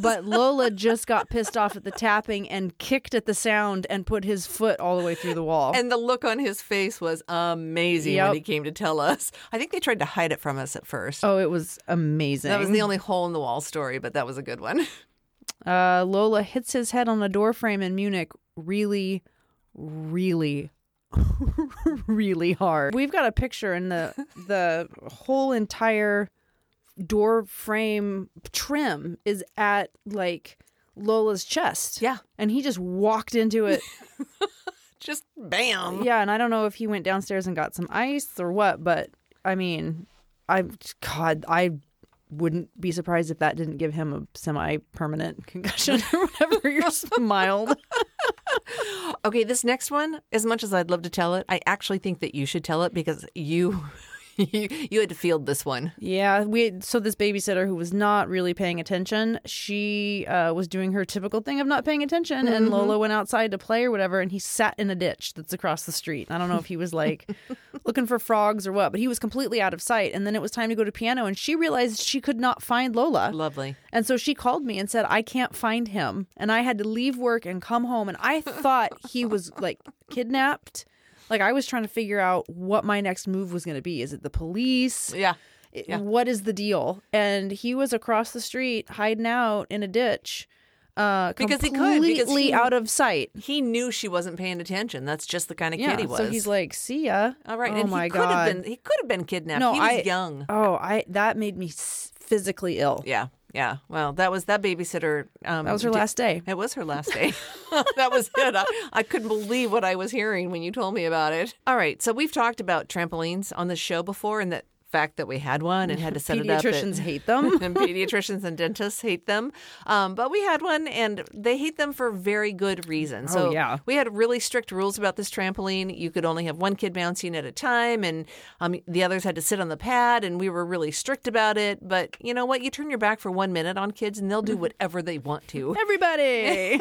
S2: but Lola just got pissed off at the tapping and kicked at the sound and put his foot all the way through the wall.
S1: And the look on his face was amazing
S2: Yep.
S1: when he came to tell us. I think they tried to hide it from us at first.
S2: oh, it was amazing.
S1: That was the only hole in the wall story, but that was a good one. <laughs>
S2: uh, Lola hits his head on a doorframe in Munich really, really, <laughs> really hard. We've got a picture in the the whole entire door frame trim is at like Lola's chest.
S1: Yeah.
S2: And he just walked into it.
S1: Just bam.
S2: yeah, and I don't know if he went downstairs and got some ice or what, but I mean, I god, I wouldn't be surprised if that didn't give him a semi-permanent <laughs> concussion or whatever. You're mild.
S1: Okay, this next one, as much as I'd love to tell it, I actually think that you should tell it because you <laughs> you, you had to field this one.
S2: Yeah, we so this babysitter who was not really paying attention, she uh, was doing her typical thing of not paying attention, and Lola went outside to play or whatever, and he sat in a ditch that's across the street. I don't know if he was like looking for frogs or what, but he was completely out of sight. And then it was time to go to piano, and she realized she could not find Lola.
S1: Lovely.
S2: And so she called me and said, I can't find him. And I had to leave work and come home. And I thought he was like kidnapped. Like I was trying to figure out what my next move was going to be. Is it the police?
S1: Yeah.
S2: It-
S1: yeah.
S2: What is the deal? And he was across the street hiding out in a ditch. Uh,
S1: Because he could, because
S2: completely
S1: he-
S2: out of sight.
S1: He knew she wasn't paying attention. That's just the kind of
S2: Yeah.
S1: kid he was.
S2: So he's like, "See ya."
S1: All right,
S2: Oh
S1: and
S2: my
S1: he could
S2: god.
S1: have been he could have been kidnapped.
S2: no,
S1: he was
S2: I
S1: young.
S2: Oh, I that made me s- physically ill.
S1: Yeah. Yeah. Well, that was that babysitter um
S2: That was her last day.
S1: It was her last
S2: <laughs>
S1: day. <laughs> that was it. I, I couldn't believe what I was hearing when you told me about it. All right. So we've talked about trampolines on the show before and the fact that we had one and had to set it up. at-
S2: Pediatricians
S1: <laughs>
S2: hate them.
S1: and pediatricians and dentists hate them. Um, but we had one and they hate them for very good reason. So
S2: Oh, yeah.
S1: we had really strict rules about this trampoline. You could only have one kid bouncing at a time and um, the others had to sit on the pad and we were really strict about it. But you know what? You turn your back for one minute on kids and they'll
S2: <laughs>
S1: do whatever they want to. <laughs>
S2: Everybody.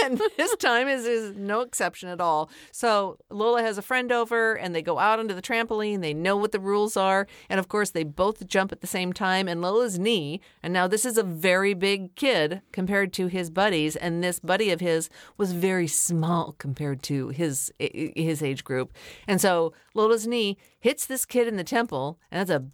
S1: and this time is, is no exception at all. So Lola has a friend over and they go out onto the trampoline. They know what the rules are. And of course, they both jump at the same time. And Lola's knee, and now this is a very big kid compared to his buddies. And this buddy of his was very small compared to his, i- i- his age group. And so Lola's knee hits this kid in the temple. And that's a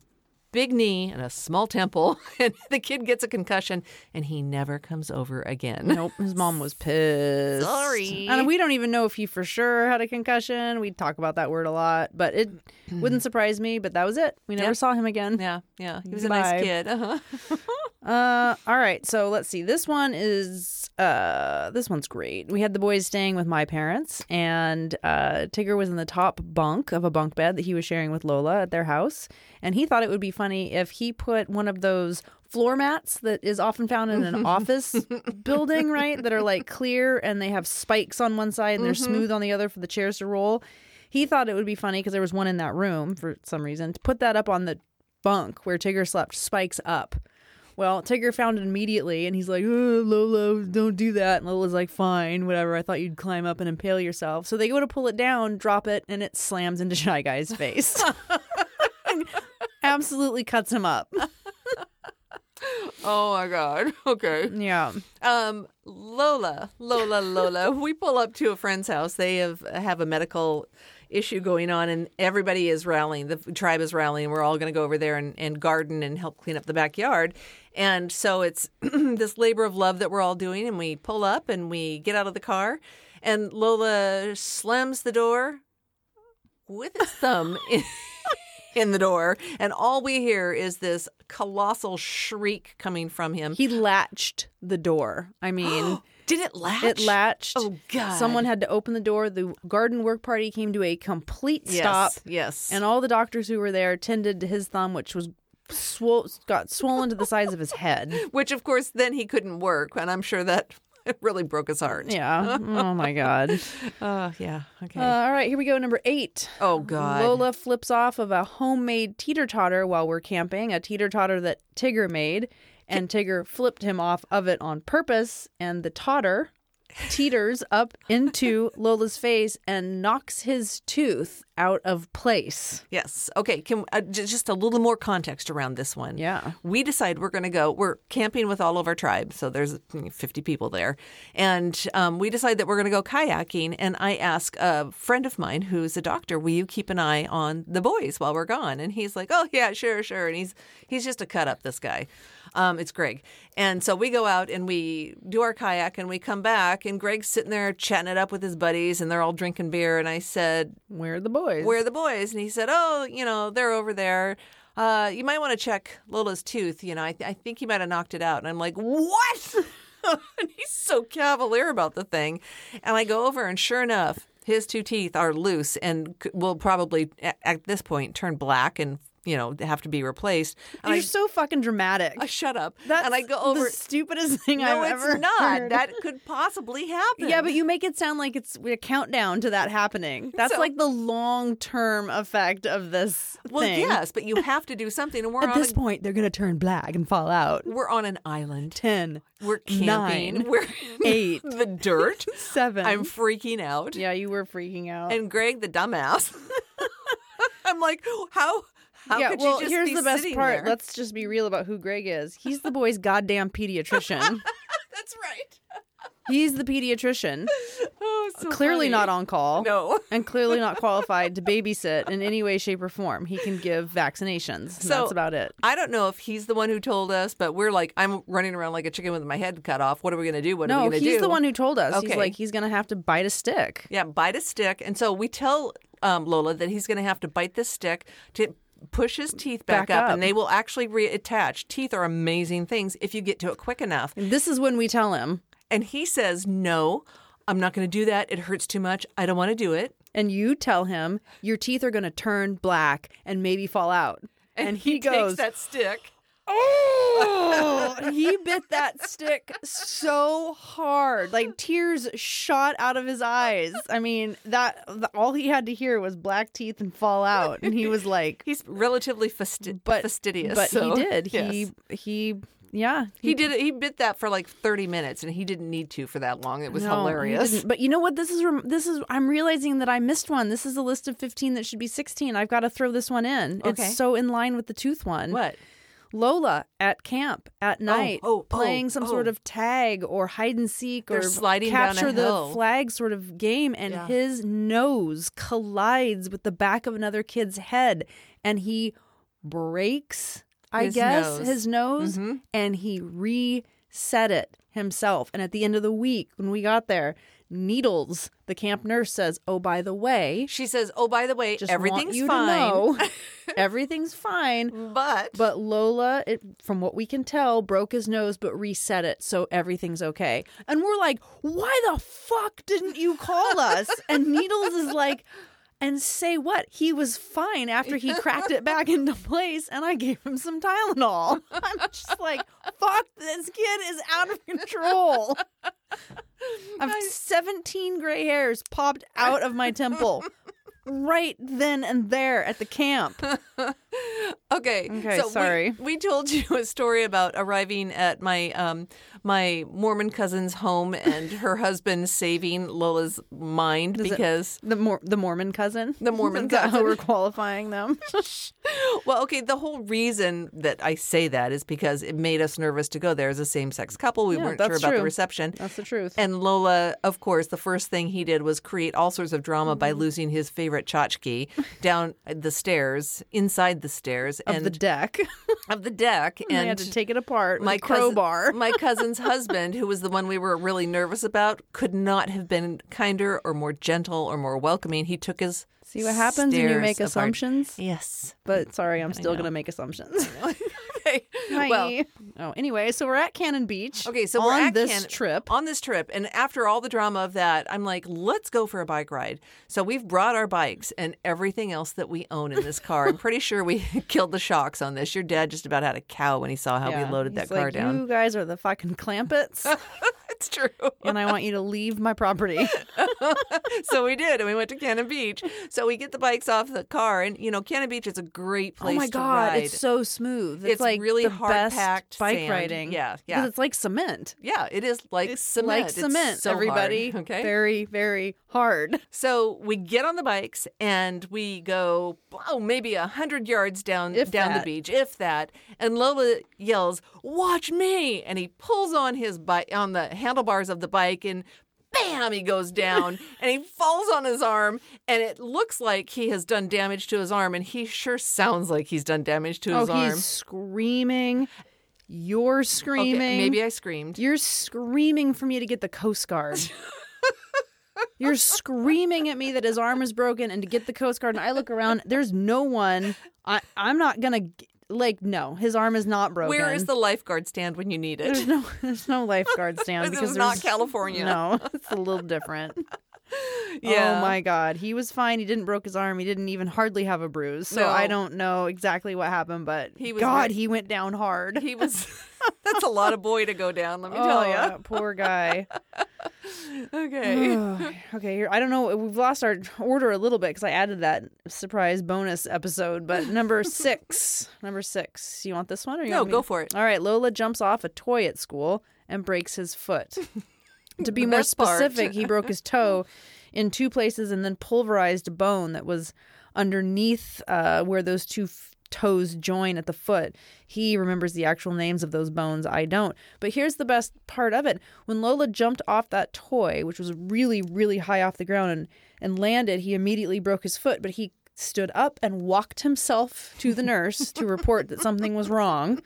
S1: big knee and a small temple. <laughs> And the kid gets a concussion and he never comes over again.
S2: Nope, his mom was pissed.
S1: Sorry.
S2: And we don't even know if he for sure had a concussion. We talk about that word a lot, but it
S1: <clears throat>
S2: wouldn't surprise me. But that was it. We never
S1: Yep.
S2: saw him again.
S1: Yeah, yeah. He was a
S2: Goodbye.
S1: nice kid. <laughs> Uh-huh.
S2: Uh, all right. So let's see. This one is uh, this one's great. We had the boys staying with my parents, and uh, Tigger was in the top bunk of a bunk bed that he was sharing with Lola at their house, and he thought it would be funny if he put one of those floor mats that is often found in an office building, right? That are like clear and they have spikes on one side and they're smooth on the other for the chairs to roll. He thought it would be funny because there was one in that room for some reason to put that up on the bunk where Tigger slept, spikes up. Well, Tigger found it immediately, and he's like, oh, Lolo, don't do that. And Lola's like, fine, whatever. I thought you'd climb up and impale yourself. So they go to pull it down, drop it, and it slams into <laughs> Shy Guy's face. <laughs> Absolutely cuts him up.
S1: Oh my god. <laughs> Okay.
S2: Yeah.
S1: Um, Lola, Lola, <laughs> Lola. we pull up to a friend's house. They have have a medical issue going on, and everybody is rallying. The tribe is rallying. We're all going to go over there and, and garden and help clean up the backyard. And so it's <clears throat> this labor of love that we're all doing. And we pull up and we get out of the car, and Lola slams the door with his thumb. <laughs> in- In the door, and all we hear is this colossal shriek coming from him.
S2: He latched the door. I mean,
S1: <gasps> Did it latch?
S2: it latched.
S1: Oh, God.
S2: Someone had to open the door. The garden work party came to a complete
S1: Yes,
S2: stop.
S1: Yes.
S2: and all the doctors who were there tended to his thumb, which was swol- got swollen to the size of his head.
S1: Which, of course, then he couldn't work, and I'm sure that <laughs> really broke his
S2: <laughs>
S1: heart.
S2: Yeah. Oh my God.
S1: Uh, yeah. Okay.
S2: <laughs> Uh, all right, here we go. Number eight.
S1: oh God.
S2: Lola flips off of a homemade teeter totter while we're camping, a teeter totter that
S1: <laughs>
S2: Tigger made, and Tigger flipped him off of it on purpose, and the totter teeters up into Lola's face and knocks his tooth out of place.
S1: Yes. Okay. Can uh, j- just a little more context around this one.
S2: Yeah.
S1: We decide we're going to go. We're camping with all of our tribe, so there's mm, 50 people there, and um, we decide that we're going to go kayaking. And I ask a friend of mine who's a doctor, "Will you keep an eye on the boys while we're gone?" And he's like, "Oh yeah, sure, sure." And he's he's just a cut up. This guy. Um, it's Greg. And so we go out and we do our kayak and we come back and Greg's sitting there chatting it up with his buddies and they're all drinking beer. And I said,
S2: Where are the boys?
S1: where are the boys? And he said, oh, you know, they're over there. Uh, you might want to check Lola's tooth. You know, I, th- I think he might have knocked it out. And I'm like, what? <laughs> and he's so cavalier about the thing. And I go over, and sure enough, his two teeth are loose and c- will probably, a- at this point, turn black and, you know, have to be replaced. And
S2: You're
S1: I,
S2: so fucking dramatic.
S1: I shut up.
S2: That's
S1: and I go over.
S2: the stupidest thing
S1: no,
S2: I've
S1: it's
S2: ever
S1: not.
S2: heard.
S1: That could possibly happen.
S2: Yeah, but you make it sound like it's a countdown to that happening. That's
S1: So-
S2: like the long term effect of this
S1: well,
S2: thing.
S1: yes, but you have to do something, and we're
S2: At
S1: on
S2: this
S1: a,
S2: point, they're gonna turn black and fall out.
S1: we're on an island.
S2: Ten,
S1: We're camping.
S2: Nine.
S1: We're in <laughs>
S2: eight,
S1: the
S2: <laughs>
S1: dirt.
S2: seven.
S1: I'm freaking out.
S2: yeah, you were freaking out.
S1: And Greg, the dumbass. <laughs> I'm like, how? How
S2: yeah,
S1: could
S2: well,
S1: you just
S2: here's
S1: be
S2: the best
S1: sitting
S2: part.
S1: there?
S2: Let's just be real about who Greg is. He's the boy's
S1: <laughs>
S2: goddamn pediatrician.
S1: <laughs> That's right.
S2: He's the pediatrician.
S1: Oh, it's so
S2: Clearly
S1: funny.
S2: not on call.
S1: No.
S2: And clearly not qualified to babysit in any way, shape, or form. He can give vaccinations. and
S1: So-
S2: that's about it.
S1: I don't know if he's the one who told us, but we're like, I'm running around like a chicken with my head cut off. What are we going to do? What are
S2: No,
S1: we going
S2: he's
S1: to do?
S2: the one who told us. He's
S1: Okay.
S2: like, he's gonna have to bite a stick.
S1: Yeah, bite a stick. And so we tell um, Lola that he's going to have to bite this stick to push his teeth back,
S2: Back
S1: up,
S2: up.
S1: and they will actually reattach. Teeth are amazing things if you get to it quick enough.
S2: This is when we tell him,
S1: And he says, No, I'm not going to do that. It hurts too much. I don't want to do it.
S2: and you tell him your teeth are gonna turn black and maybe
S1: <laughs>
S2: fall out. And, he,
S1: Takes
S2: goes,
S1: that <laughs> stick.
S2: Oh, <laughs> he bit that stick so hard. Like tears shot out of his eyes. I mean, that the, all he had to hear was black teeth and fall out and he was like
S1: <laughs> <laughs> He's relatively fasti-
S2: but
S1: fastidious.
S2: But
S1: so-
S2: he did.
S1: yes.
S2: He he yeah,
S1: He did it. He bit that for like 30 minutes, and he didn't need to for that long. It was
S2: No, he
S1: hilarious.
S2: didn't. But you know what? This is rem- this is. I'm realizing that I missed one. This is a list of 15 that should be 16. I've got to throw this one in.
S1: Okay.
S2: It's so in line with the tooth one.
S1: What?
S2: Lola at camp at night,
S1: oh, oh,
S2: playing some sort
S1: oh.
S2: of tag or hide and seek
S1: They're
S2: or
S1: sliding down a
S2: capture
S1: hill.
S2: the flag sort of game, and
S1: Yeah.
S2: his nose collides with the back of another kid's head, and he breaks. I
S1: His
S2: guess
S1: nose. Mm-hmm.
S2: his nose, and he reset it himself. And at the end of the week, when we got there, Needles, the camp nurse, says, "Oh, by the way,
S1: She says, Oh, by the way,
S2: just want
S1: everything's
S2: you
S1: fine. <laughs>
S2: to know, everything's fine."
S1: But,
S2: But Lola, it, from what we can tell, broke his nose but reset it, so everything's okay. And we're like, why the fuck didn't you call us? And Needles is like, and say what? He was fine after he cracked it back into place, and I gave him some Tylenol. <laughs> I'm just like, fuck, this kid is out of control. I've 17 gray hairs popped out of my temple right then and there at the camp.
S1: Okay.
S2: Okay,
S1: So we-
S2: sorry.
S1: We, told you a story about arriving at my um, my Mormon cousin's home and her husband saving Lola's mind because.
S2: The Mor- the Mormon cousin.
S1: The Mormon
S2: <laughs> Is that
S1: cousin.
S2: How we're
S1: <laughs>
S2: qualifying them.
S1: Well, okay, the whole reason that I say that is because it made us nervous to go there as a same sex couple. We
S2: Yeah,
S1: weren't sure
S2: that's
S1: about the
S2: true.
S1: reception.
S2: That's the truth.
S1: And Lola, of course, the first thing he did was create all sorts of drama
S2: Mm-hmm.
S1: by losing his favorite
S2: <laughs>
S1: tchotchke down the stairs, inside the stairs,
S2: of
S1: and
S2: the deck. <laughs>
S1: of the deck. And
S2: they had to take it apart. with
S1: my
S2: a crowbar.
S1: cousin, my cousin's husband, who was the one we were really nervous about, could not have been kinder or more gentle or more welcoming. He took his
S2: See what happens when you
S1: stairs
S2: make
S1: apart.
S2: assumptions. <laughs>
S1: Yes. <laughs>
S2: But sorry, I'm still gonna make assumptions.
S1: okay. Well.
S2: Hi. oh, anyway, so we're at Cannon Beach.
S1: Okay, so
S2: on
S1: we're at Oh,
S2: this
S1: Can-
S2: trip.
S1: On this trip, and after all the drama of that, I'm like, let's go for a bike ride. So we've brought our bikes and everything else that we own in this car. I'm pretty sure we <laughs> killed the shocks on this. Your dad just about had a cow when he saw how
S2: Yeah.
S1: we loaded <laughs>
S2: He's
S1: that car
S2: like,
S1: down. <laughs>
S2: You guys are the fucking clampets.
S1: That's true.
S2: and I want you to leave my
S1: <laughs>
S2: property. <laughs>
S1: so we did, and we went to Cannon Beach. So we get the bikes off the car, and you know, Cannon Beach is a great place.
S2: oh my
S1: to
S2: god,
S1: ride.
S2: it's so smooth. It's,
S1: It's
S2: like
S1: really
S2: the
S1: hard-packed
S2: best bike
S1: sand.
S2: riding.
S1: Yeah,
S2: 'Cause
S1: yeah.
S2: it's like cement.
S1: yeah, it is like
S2: It's
S1: cement.
S2: like
S1: It's
S2: cement.
S1: so hard,
S2: everybody,
S1: <laughs> okay,
S2: very very hard.
S1: So we get on the bikes and we go, oh, maybe a hundred yards down
S2: If
S1: down
S2: that.
S1: the beach, if that. And Lola yells, "Watch me!" And he pulls on his bike on the handlebars of the bike and. Bam! He goes
S2: <laughs>
S1: down and he falls on his arm, and it looks like he has done damage to his arm, and he sure sounds like he's done damage to his
S2: oh,
S1: arm.
S2: he's screaming. You're
S1: Okay,
S2: screaming.
S1: maybe I screamed.
S2: You're screaming for me to get the
S1: <laughs>
S2: Coast Guard. You're screaming at me that his arm is broken and to get the Coast Guard. And I look around, there's no one. I, I'm not gonna g- like. No, his arm is not broken.
S1: Where is the lifeguard stand when you need <laughs> it?
S2: There's no, <laughs> there's no lifeguard stand
S1: This
S2: because
S1: is not
S2: there's-
S1: California.
S2: No, <laughs> it's a little different.
S1: <laughs> Yeah.
S2: Oh my God, he was fine. He didn't broke his arm. He didn't even hardly have a bruise. So
S1: No.
S2: I don't know exactly what happened, but
S1: He was
S2: God,
S1: re-
S2: he went down hard.
S1: He was. <laughs> that's a lot of boy to go down. Let me
S2: oh,
S1: tell you.
S2: that poor
S1: <laughs>
S2: guy.
S1: Okay.
S2: Ugh. <sighs> okay, here I don't know. We've lost our order a little bit because I added that surprise bonus episode. But
S1: <laughs>
S2: number six, number six. You want this one or you
S1: No,
S2: want me
S1: go
S2: to-
S1: for it.
S2: All right, Lola jumps off a toy at school and breaks his foot. to be more
S1: best part.
S2: specific, he broke his toe in two places and then pulverized a bone that was underneath uh, where those two. F- toes join at the foot. He remembers the actual names of those bones. I don't. But here's the best part of it. When Lola jumped off that toy, which was really, really high off the ground and, and landed, he immediately broke his foot, but he stood up and walked himself to the nurse to report that something was wrong.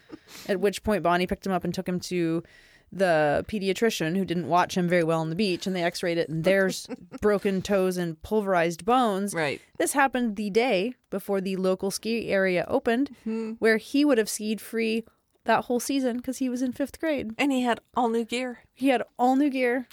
S2: At which point Bonnie picked him up and took him to the pediatrician who didn't watch him very well on the beach and they x-rayed it and there's broken toes and pulverized bones.
S1: Right.
S2: This happened the day before the local ski area opened, where he would have skied free that whole season because he was in fifth grade.
S1: And he had all new gear.
S2: He had all new gear.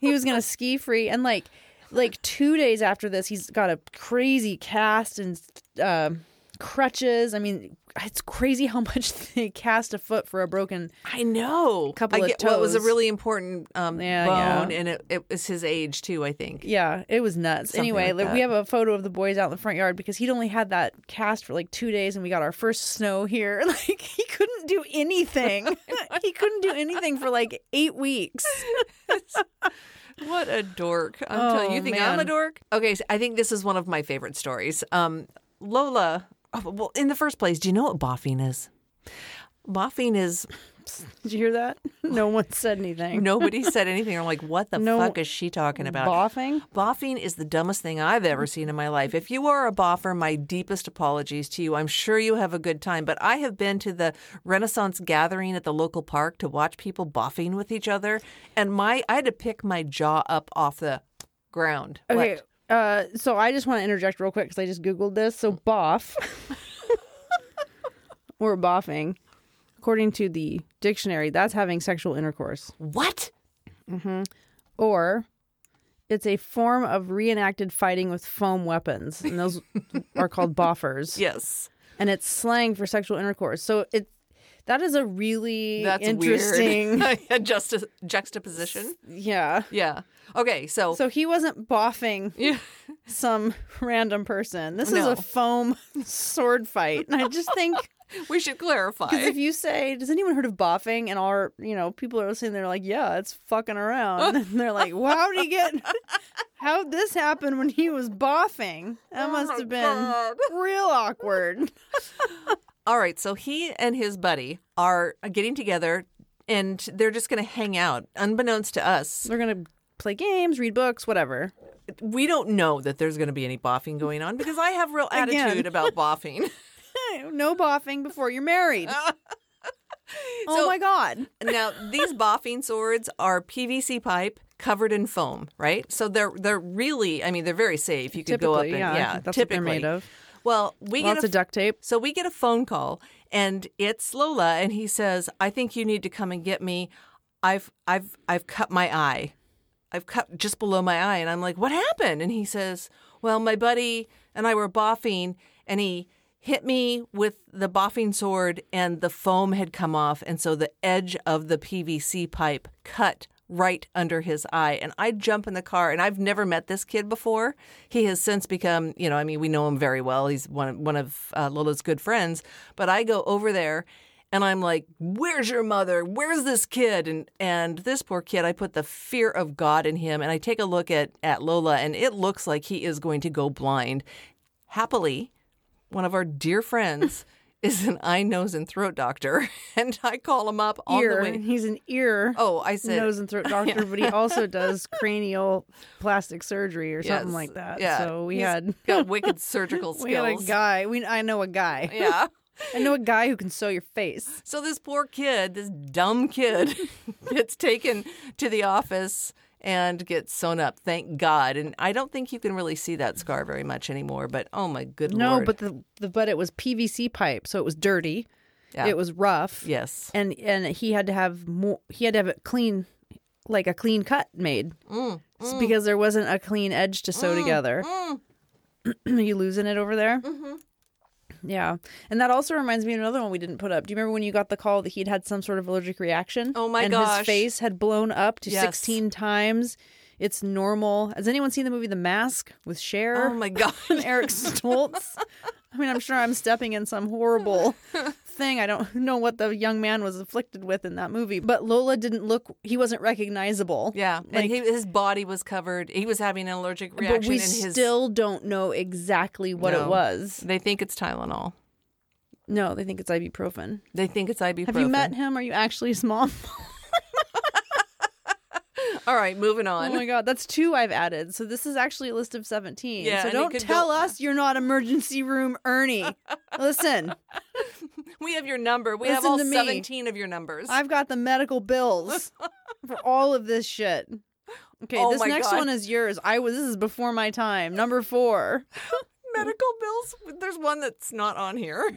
S2: he was gonna ski free, and like, like two days after this, he's got a crazy cast and um crutches. I mean, it's crazy how much <laughs> they cast a foot for a broken.
S1: I know. I
S2: Couple of
S1: get, Well, it was a
S2: toes.
S1: really important um,
S2: Yeah,
S1: bone,
S2: yeah.
S1: and it, it was his age too. I think.
S2: Yeah, it was nuts.
S1: Something
S2: anyway,
S1: like
S2: like we
S1: that.
S2: have a photo of the boys out in the front yard because he'd only had that cast for like two days, and we got our first snow here. <laughs> Like he couldn't do <laughs> anything. he couldn't do anything for like eight weeks.
S1: What a dork! I'm telling you, you
S2: Oh,
S1: think I'm a
S2: man.
S1: dork? Okay, so I think this is one of my favorite stories. Um, Lola. oh, well, in the first place, do you know what boffing is? Boffing is
S2: Did you hear that? No one said anything.
S1: nobody said anything. I'm like, what the
S2: <laughs> No.
S1: fuck is she talking about?
S2: Boffing?
S1: Boffing is the dumbest thing I've ever seen in my life. If you are a boffer, my deepest apologies to you. I'm sure you have a good time, but I have been to the Renaissance gathering at the local park to watch people boffing with each other, and my I had to pick my jaw up off the ground.
S2: Okay.
S1: What?
S2: Uh, so I just want to interject real quick because I just googled this. So <laughs> boff or boffing, according to the dictionary, that's having sexual intercourse.
S1: What?
S2: or it's a form of reenacted fighting with foam weapons,
S1: <laughs>
S2: and those are called boffers.
S1: Yes.
S2: And it's slang for sexual intercourse. So it that is a really
S1: E, That's <laughs>
S2: interesting.
S1: weird. Just a juxtaposition.
S2: Yeah.
S1: Yeah. Okay, so,
S2: So he wasn't boffing
S1: Yeah.
S2: some random person. This
S1: No.
S2: is a foam sword fight. And I just
S1: <laughs>
S2: think
S1: <laughs> we should clarify.
S2: if you say, "Does anyone heard of boffing?" and our you know people are listening, they're like, "Yeah, it's
S1: <laughs>
S2: fucking around," <laughs> and they're like, well, "How did he get? <laughs> How would this happen when he was boffing? That must have been
S1: Oh God. <laughs>
S2: real awkward."
S1: All right, so he and his buddy are getting together and they're just going to hang out unbeknownst to us.
S2: <laughs> They're gonna play games, read books, whatever.
S1: We don't know that there's going to be any boffing going on because I have real attitude
S2: Again. <laughs>
S1: about boffing.
S2: <laughs> No boffing before
S1: <laughs>
S2: you're married. oh my god!
S1: now, these boffing swords are PVC pipe covered in foam, right? So they're they're really, I mean, they're very safe. You could go up and
S2: Typically, yeah, I think that's what
S1: typically.
S2: they're made of.
S1: Well, we
S2: Lots
S1: get a
S2: of duct tape.
S1: So we get a phone call, and it's Lola, and he says, "I think you need to come and get me. I've I've I've cut my eye. I've cut just below my eye." And I'm like, "What happened?" And he says, "Well, my buddy and I were boffing, and he." Hit me with the boffing sword, and the foam had come off, and so the edge of the PVC pipe cut right under his eye. And I jump in the car, and I've never met this kid before. He has since become, you know, I mean, we know him very well. He's one of, one of uh, Lola's good friends. But I go over there, and I'm like, "Where's your mother? Where's this kid?" And and this poor kid, I put the fear of God in him, and I take a look at at Lola, and it looks like he is going to go blind. Happily, one of our dear friends. <laughs> Is an eye, nose, and throat doctor, <laughs> and I call him up on the
S2: ear.
S1: way.
S2: He's an ear,
S1: Oh, I said
S2: nose
S1: <laughs>
S2: and throat doctor, but he also does cranial plastic surgery or something
S1: Yes.
S2: like that.
S1: Yeah.
S2: So we
S1: He's
S2: had
S1: got wicked surgical skills.
S2: <laughs> we had a guy. We I know a guy.
S1: <laughs> Yeah.
S2: I know a guy who can sew your face.
S1: So this poor kid, this dumb
S2: <laughs>
S1: kid, gets taken to the office and gets sewn up. Thank God. And I don't think you can really see that scar very much anymore. But oh my good
S2: No,
S1: lord!
S2: but the, the but it was PVC pipe, so it was dirty.
S1: Yeah.
S2: It was rough.
S1: yes,
S2: and and he had to have more he had to have it clean like a clean cut made
S1: Mm,
S2: It's because there wasn't a clean edge to sew together <clears throat> you losing it over there mm-hmm. yeah and that also reminds me of another one we didn't put up do you remember when you got the call that he'd had some sort of allergic reaction
S1: Oh my
S2: and
S1: gosh.
S2: his face had blown up to
S1: Yes.
S2: 16 times it's normal has anyone seen the movie the mask with Cher?
S1: oh my God.
S2: <laughs> and Eric Stoltz. I mean, I'm sure I'm stepping in some horrible thing. I don't know what the young man was afflicted with in that movie, but Lola didn't look, he wasn't recognizable.
S1: Yeah,
S2: Like-
S1: and he, his body was covered. He was having an allergic reaction.
S2: But we
S1: and his,
S2: still don't know exactly what
S1: No.
S2: it was.
S1: they think it's Tylenol.
S2: No, they think it's ibuprofen.
S1: They think it's ibuprofen.
S2: Have you met him? Are you actually
S1: <laughs>
S2: his mom?
S1: All right, moving on.
S2: Oh my God, that's two I've added. So this is actually a list of 17.
S1: Yeah, and
S2: so
S1: it
S2: don't
S1: could go-
S2: tell us you're not emergency room Ernie.
S1: <laughs>
S2: Listen,
S1: we have your number. We have
S2: Listen
S1: all
S2: to me.
S1: seventeen of your numbers.
S2: I've got the medical
S1: <laughs>
S2: bills for all of this shit. Okay,
S1: Oh
S2: this
S1: my
S2: next
S1: God.
S2: one is yours. I was this is before my time. Number four.
S1: medical bills. There's one that's not on here.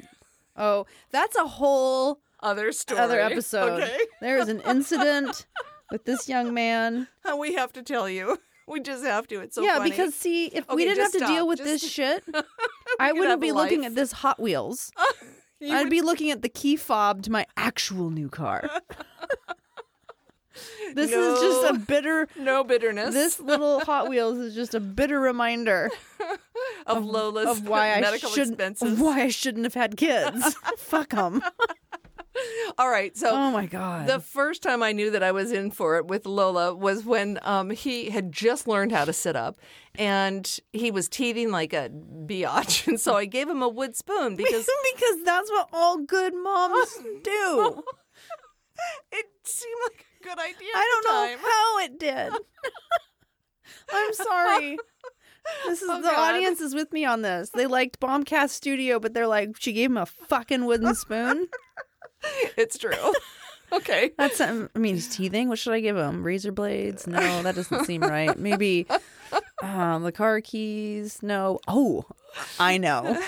S2: Oh, that's a whole
S1: Other story.
S2: other episode.
S1: Okay.
S2: There
S1: <laughs>
S2: is an incident with this young man.
S1: We have to tell you. <laughs> We just have to. It's so
S2: yeah,
S1: funny.
S2: because see, if
S1: Okay,
S2: we didn't
S1: just
S2: have to deal
S1: stop.
S2: with
S1: Just- <laughs>
S2: this shit, I
S1: have
S2: wouldn't be
S1: a
S2: looking
S1: life.
S2: at this
S1: <laughs>
S2: Hot Wheels.
S1: You
S2: I'd
S1: would-
S2: be looking at the key fob to my actual
S1: <laughs>
S2: new car. this is just
S1: No.
S2: a bitter
S1: no bitterness
S2: this little Hot Wheels is just a
S1: <laughs>
S2: bitter reminder
S1: of Lola's
S2: of why I
S1: medical
S2: shouldn't
S1: expenses.
S2: why I shouldn't have
S1: <laughs>
S2: had kids. Fuck them.
S1: All right, so
S2: Oh my god.
S1: The first time I knew that I was in for it with Lola was when um, he had just learned how to sit up and he was teething like a biatch. <laughs> And so I gave him a wood
S2: <laughs>
S1: spoon because
S2: because that's what all good
S1: <laughs>
S2: moms do.
S1: it seemed like a good idea. at
S2: I
S1: the
S2: don't know
S1: time.
S2: how it
S1: <laughs>
S2: did. I'm sorry. This is
S1: Oh,
S2: the
S1: God.
S2: audience is with me on this. They liked Bombcast Studio, but they're like, she gave him a fucking
S1: <laughs>
S2: wooden spoon.
S1: It's
S2: <laughs>
S1: true. okay.
S2: That's um, I mean, he's teething. What should I give him? Razor blades? No, that doesn't seem right. Maybe um, the car keys. No. Oh, I know.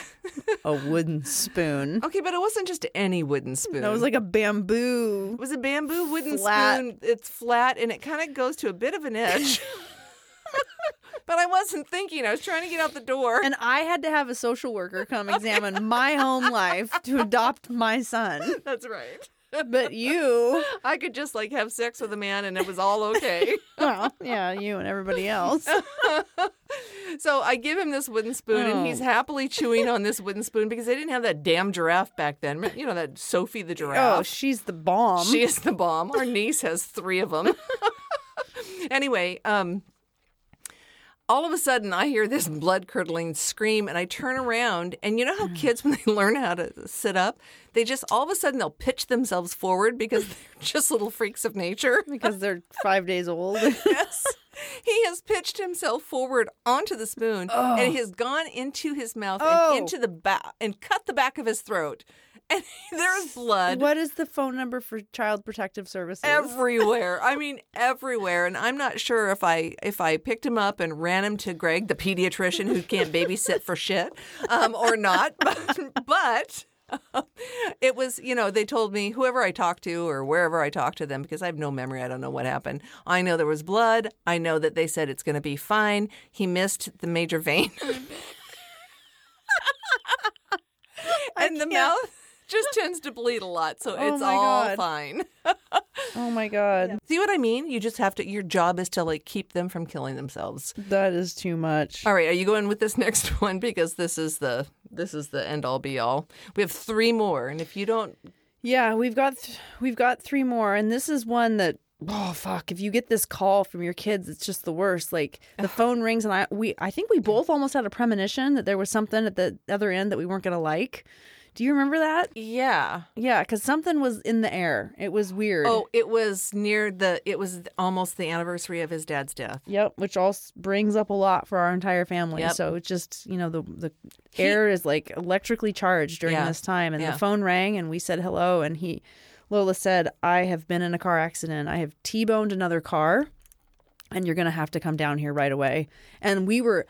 S2: A wooden spoon.
S1: Okay, but it wasn't just any wooden spoon.
S2: That was like a bamboo.
S1: It was a bamboo wooden
S2: Flat.
S1: spoon. It's flat and it kind of goes to a bit of an
S2: <laughs>
S1: edge. but I wasn't thinking. I was trying to get out the door.
S2: And I had to have a social worker come examine my home life to adopt my son.
S1: That's right.
S2: But you,
S1: I could just like have sex with a man and it was all
S2: <laughs>
S1: okay.
S2: well, yeah, you and everybody else.
S1: so I give him this wooden spoon
S2: Oh.
S1: and he's happily chewing on this wooden spoon because they didn't have that damn giraffe back then. You know, that Sophie the giraffe.
S2: Oh, she's the bomb.
S1: She is the bomb. Our niece has three of them. <laughs> anyway, um, all of a sudden, I hear this blood curdling scream, and I turn around. And you know how kids, when they <laughs> learn how to sit up, they just all of a sudden they'll pitch themselves forward because <laughs> they're just little freaks of nature.
S2: because they're five days old.
S1: Yes. <laughs> He has pitched himself forward onto the spoon and he has gone into his mouth
S2: Oh.
S1: and into the back and cut the back of his throat. And <laughs> there's blood
S2: what is the phone number for Child Protective Services?
S1: everywhere. I mean everywhere. And I'm not sure if I if I picked him up and ran him to Greg, the pediatrician who can't babysit for shit, um, or not. <laughs> But, but <laughs> it was you know they told me whoever I talked to or wherever I talked to them because I have no memory. I don't know what happened. I know there was blood. I know that they said it's going to be fine. He missed the major vein. <laughs> and the mouth just tends to bleed a lot, so
S2: Oh
S1: it's
S2: my
S1: all
S2: God.
S1: fine.
S2: Oh my god.
S1: See what I mean? You just have to. Your job is to like keep them from killing themselves.
S2: That is too much.
S1: All right, are you going with this <laughs> next one because this is the this is the end all be all. We have three more, and if you don't,
S2: Yeah, we've got th- we've got three more, and this is one that oh fuck! If you get this call from your kids, it's just the worst. Like the phone rings, and I we I think we both almost had a premonition that there was something at the other end that we weren't gonna like. Do you remember that?
S1: yeah.
S2: Yeah, because something was in the air. It was weird.
S1: Oh, it was near the. It was almost the anniversary of his dad's death.
S2: Yep, which all s- brings up a lot for our entire family.
S1: Yep.
S2: So it's just you know the the air is like electrically charged during
S1: Yeah.
S2: this time, and
S1: Yeah.
S2: the phone rang, and we said hello, and he, Lola said, "I have been in a car accident. I have t-boned another car, and you're gonna have to come down here right away." And we were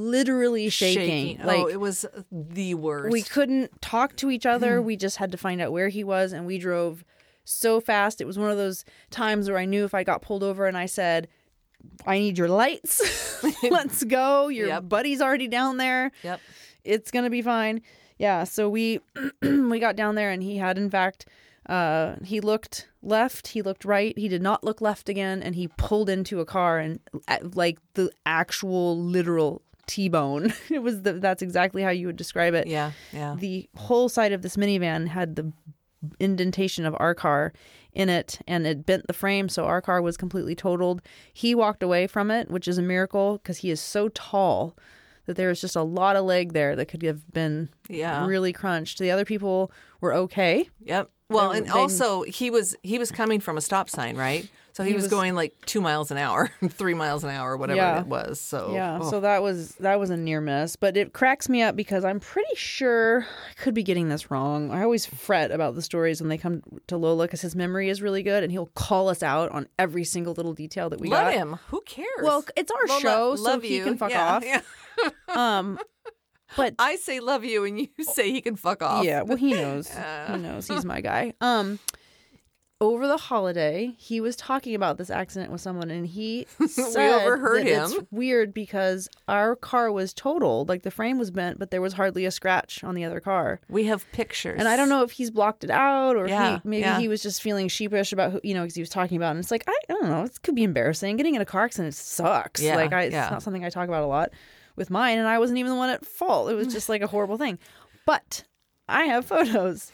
S2: literally shaking, like
S1: oh, it was the worst.
S2: we couldn't talk to each other. we just had to find out where he was, and we drove so fast. It was one of those times where I knew if I got pulled over and I said, "I need your lights, <laughs> let's go," your
S1: Yep.
S2: buddy's already down there.
S1: Yep.
S2: It's gonna be fine. Yeah. So we <clears throat> we got down there, and he had in fact. Uh, he looked left. He looked right. He did not look left again, and he pulled into a car and uh, like the actual literal T-bone. <laughs> it was the, that's exactly how you would describe it
S1: Yeah. Yeah.
S2: the whole side of this minivan had the indentation of our car in it and it bent the frame so our car was completely totaled he walked away from it which is a miracle because he is so tall that there was just a lot of leg there that could have been
S1: Yeah.
S2: really crunched the other people were okay
S1: Yep. Well,
S2: They-
S1: and
S2: they-
S1: also he was he was coming from a stop sign, right? So he, was,
S2: was-
S1: going like two miles an hour, <laughs> three miles an hour, whatever
S2: Yeah.
S1: it was. So
S2: yeah
S1: oh.
S2: so that was that was a near miss but it cracks me up because i'm pretty sure i could be getting this wrong i always fret about the stories when they come to lola because his memory is really good and he'll call us out on every single little detail that we
S1: let
S2: got
S1: him. Who cares?
S2: well it's our
S1: Lola,
S2: show so
S1: love
S2: he
S1: you.
S2: can fuck
S1: Yeah,
S2: off
S1: yeah.
S2: um but
S1: <laughs> I say love you, and you <laughs> say he can fuck off.
S2: yeah well
S1: <laughs>
S2: he knows he knows he's my guy um over the holiday he was talking about this accident with someone and
S1: <laughs>
S2: he said
S1: overheard
S2: that it's
S1: him.
S2: weird because our car was totaled like the frame was bent but there was hardly a scratch on the other car
S1: We have pictures,
S2: and I don't know if he's blocked it out or
S1: Yeah,
S2: if he, maybe
S1: yeah.
S2: he was just feeling sheepish about who, you know, because he was talking about. It. And it's like, I, I don't know, it could be embarrassing. Getting in a car accident sucks.
S1: Yeah,
S2: like, I,
S1: yeah.
S2: it's not something I talk about a lot with mine. And I wasn't even the one at fault. It was just like a horrible thing. But I have
S1: <laughs>
S2: photos.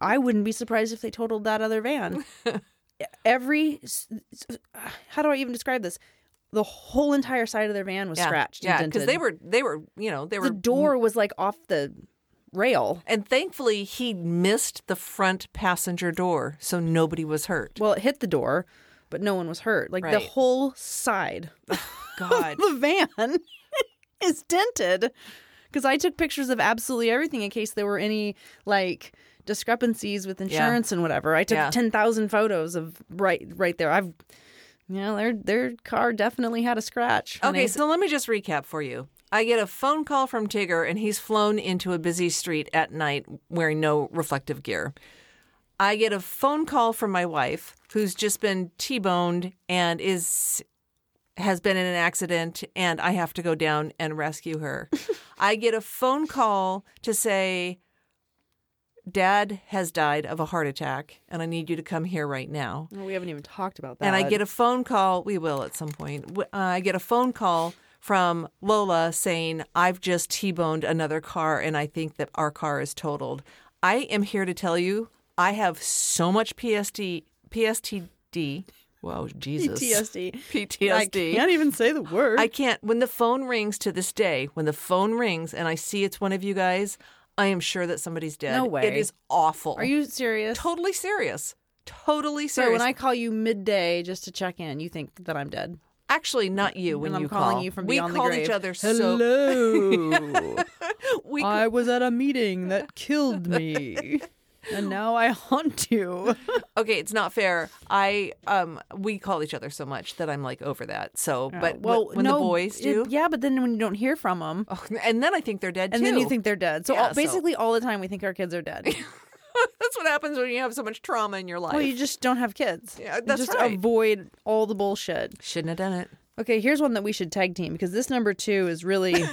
S2: I wouldn't be surprised if they totaled that other van. Every, s- s- how do I even describe this? The whole entire side of their van was
S1: Yeah,
S2: scratched.
S1: Yeah,
S2: because
S1: because they were they were you know they were
S2: the door was like off the rail.
S1: And thankfully, he missed the front passenger door, so nobody was hurt.
S2: Well, it hit the door, but no one was hurt. Like the
S1: Right.
S2: whole side of
S1: God.
S2: the van <laughs> is dented. Because I took pictures of absolutely everything in case there were any like discrepancies with insurance and whatever. I took
S1: Yeah.
S2: ten thousand photos of right right there. I've yeah, their their car definitely had a scratch. when
S1: Okay,
S2: they-
S1: so let me just recap for you. I get a phone call from Tigger, and he's flown into a busy street at night wearing no reflective gear. I get a phone call from my wife, who's just been T-boned and is has been in an accident, and I have to go down and rescue her. I get a phone call to say, "Dad has died of a heart attack, and I need you to come here right now."
S2: Well, we haven't even talked about that.
S1: and I
S2: <laughs>
S1: get a phone call. We will at some point. W- Uh, I get a phone call from Lola saying, "I've just t-boned another car, and I think that our car is totaled." I am here to tell you, I have so much PSD, PSTD. Whoa, Jesus,
S2: PTSD. I
S1: PTSD.
S2: can't even say the word.
S1: I can't. When the phone rings to this day, when the phone rings and I see it's one of you guys, I am sure that somebody's dead.
S2: No
S1: It
S2: way.
S1: is awful.
S2: Are you serious?
S1: totally serious? Totally serious.
S2: so when I call you midday just to check in, you think that I'm dead.
S1: Actually, not you. When
S2: I'm
S1: you
S2: calling
S1: call.
S2: you from
S1: we
S2: beyond the
S1: call
S2: grave.
S1: each other. So
S2: Hello.
S1: <laughs> we
S2: I was at a meeting that
S1: <laughs>
S2: killed me. And now I haunt you.
S1: okay. It's not fair. I um we call each other so much that I'm like over that. So, but wh- when the boys
S2: Oh, Uh,
S1: do,
S2: it- yeah, but then when you don't hear from them,
S1: oh, <laughs> and then I think they're dead
S2: and
S1: too.
S2: then you think they're dead. So
S1: Yeah,
S2: all, basically, all the time we think our kids are dead.
S1: <laughs> that's what happens when you have so much trauma in your life.
S2: well, you just don't have kids.
S1: Yeah,
S2: You
S1: that's
S2: just
S1: right.
S2: avoid all the bullshit.
S1: shouldn't have done it.
S2: Okay, here's one that we should tag team because this number two
S1: <laughs>
S2: is really.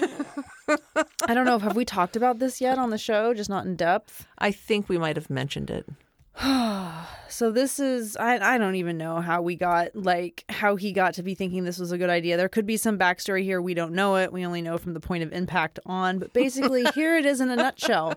S2: I don't know. Have we talked about this yet on the show? Just not in depth.
S1: I think we might have mentioned it.
S2: so this is I, I don't even know how we got like how he got to be thinking this was a good idea there could be some backstory here we don't know it we only know from the point of impact on
S1: <laughs>
S2: but basically here it is in a nutshell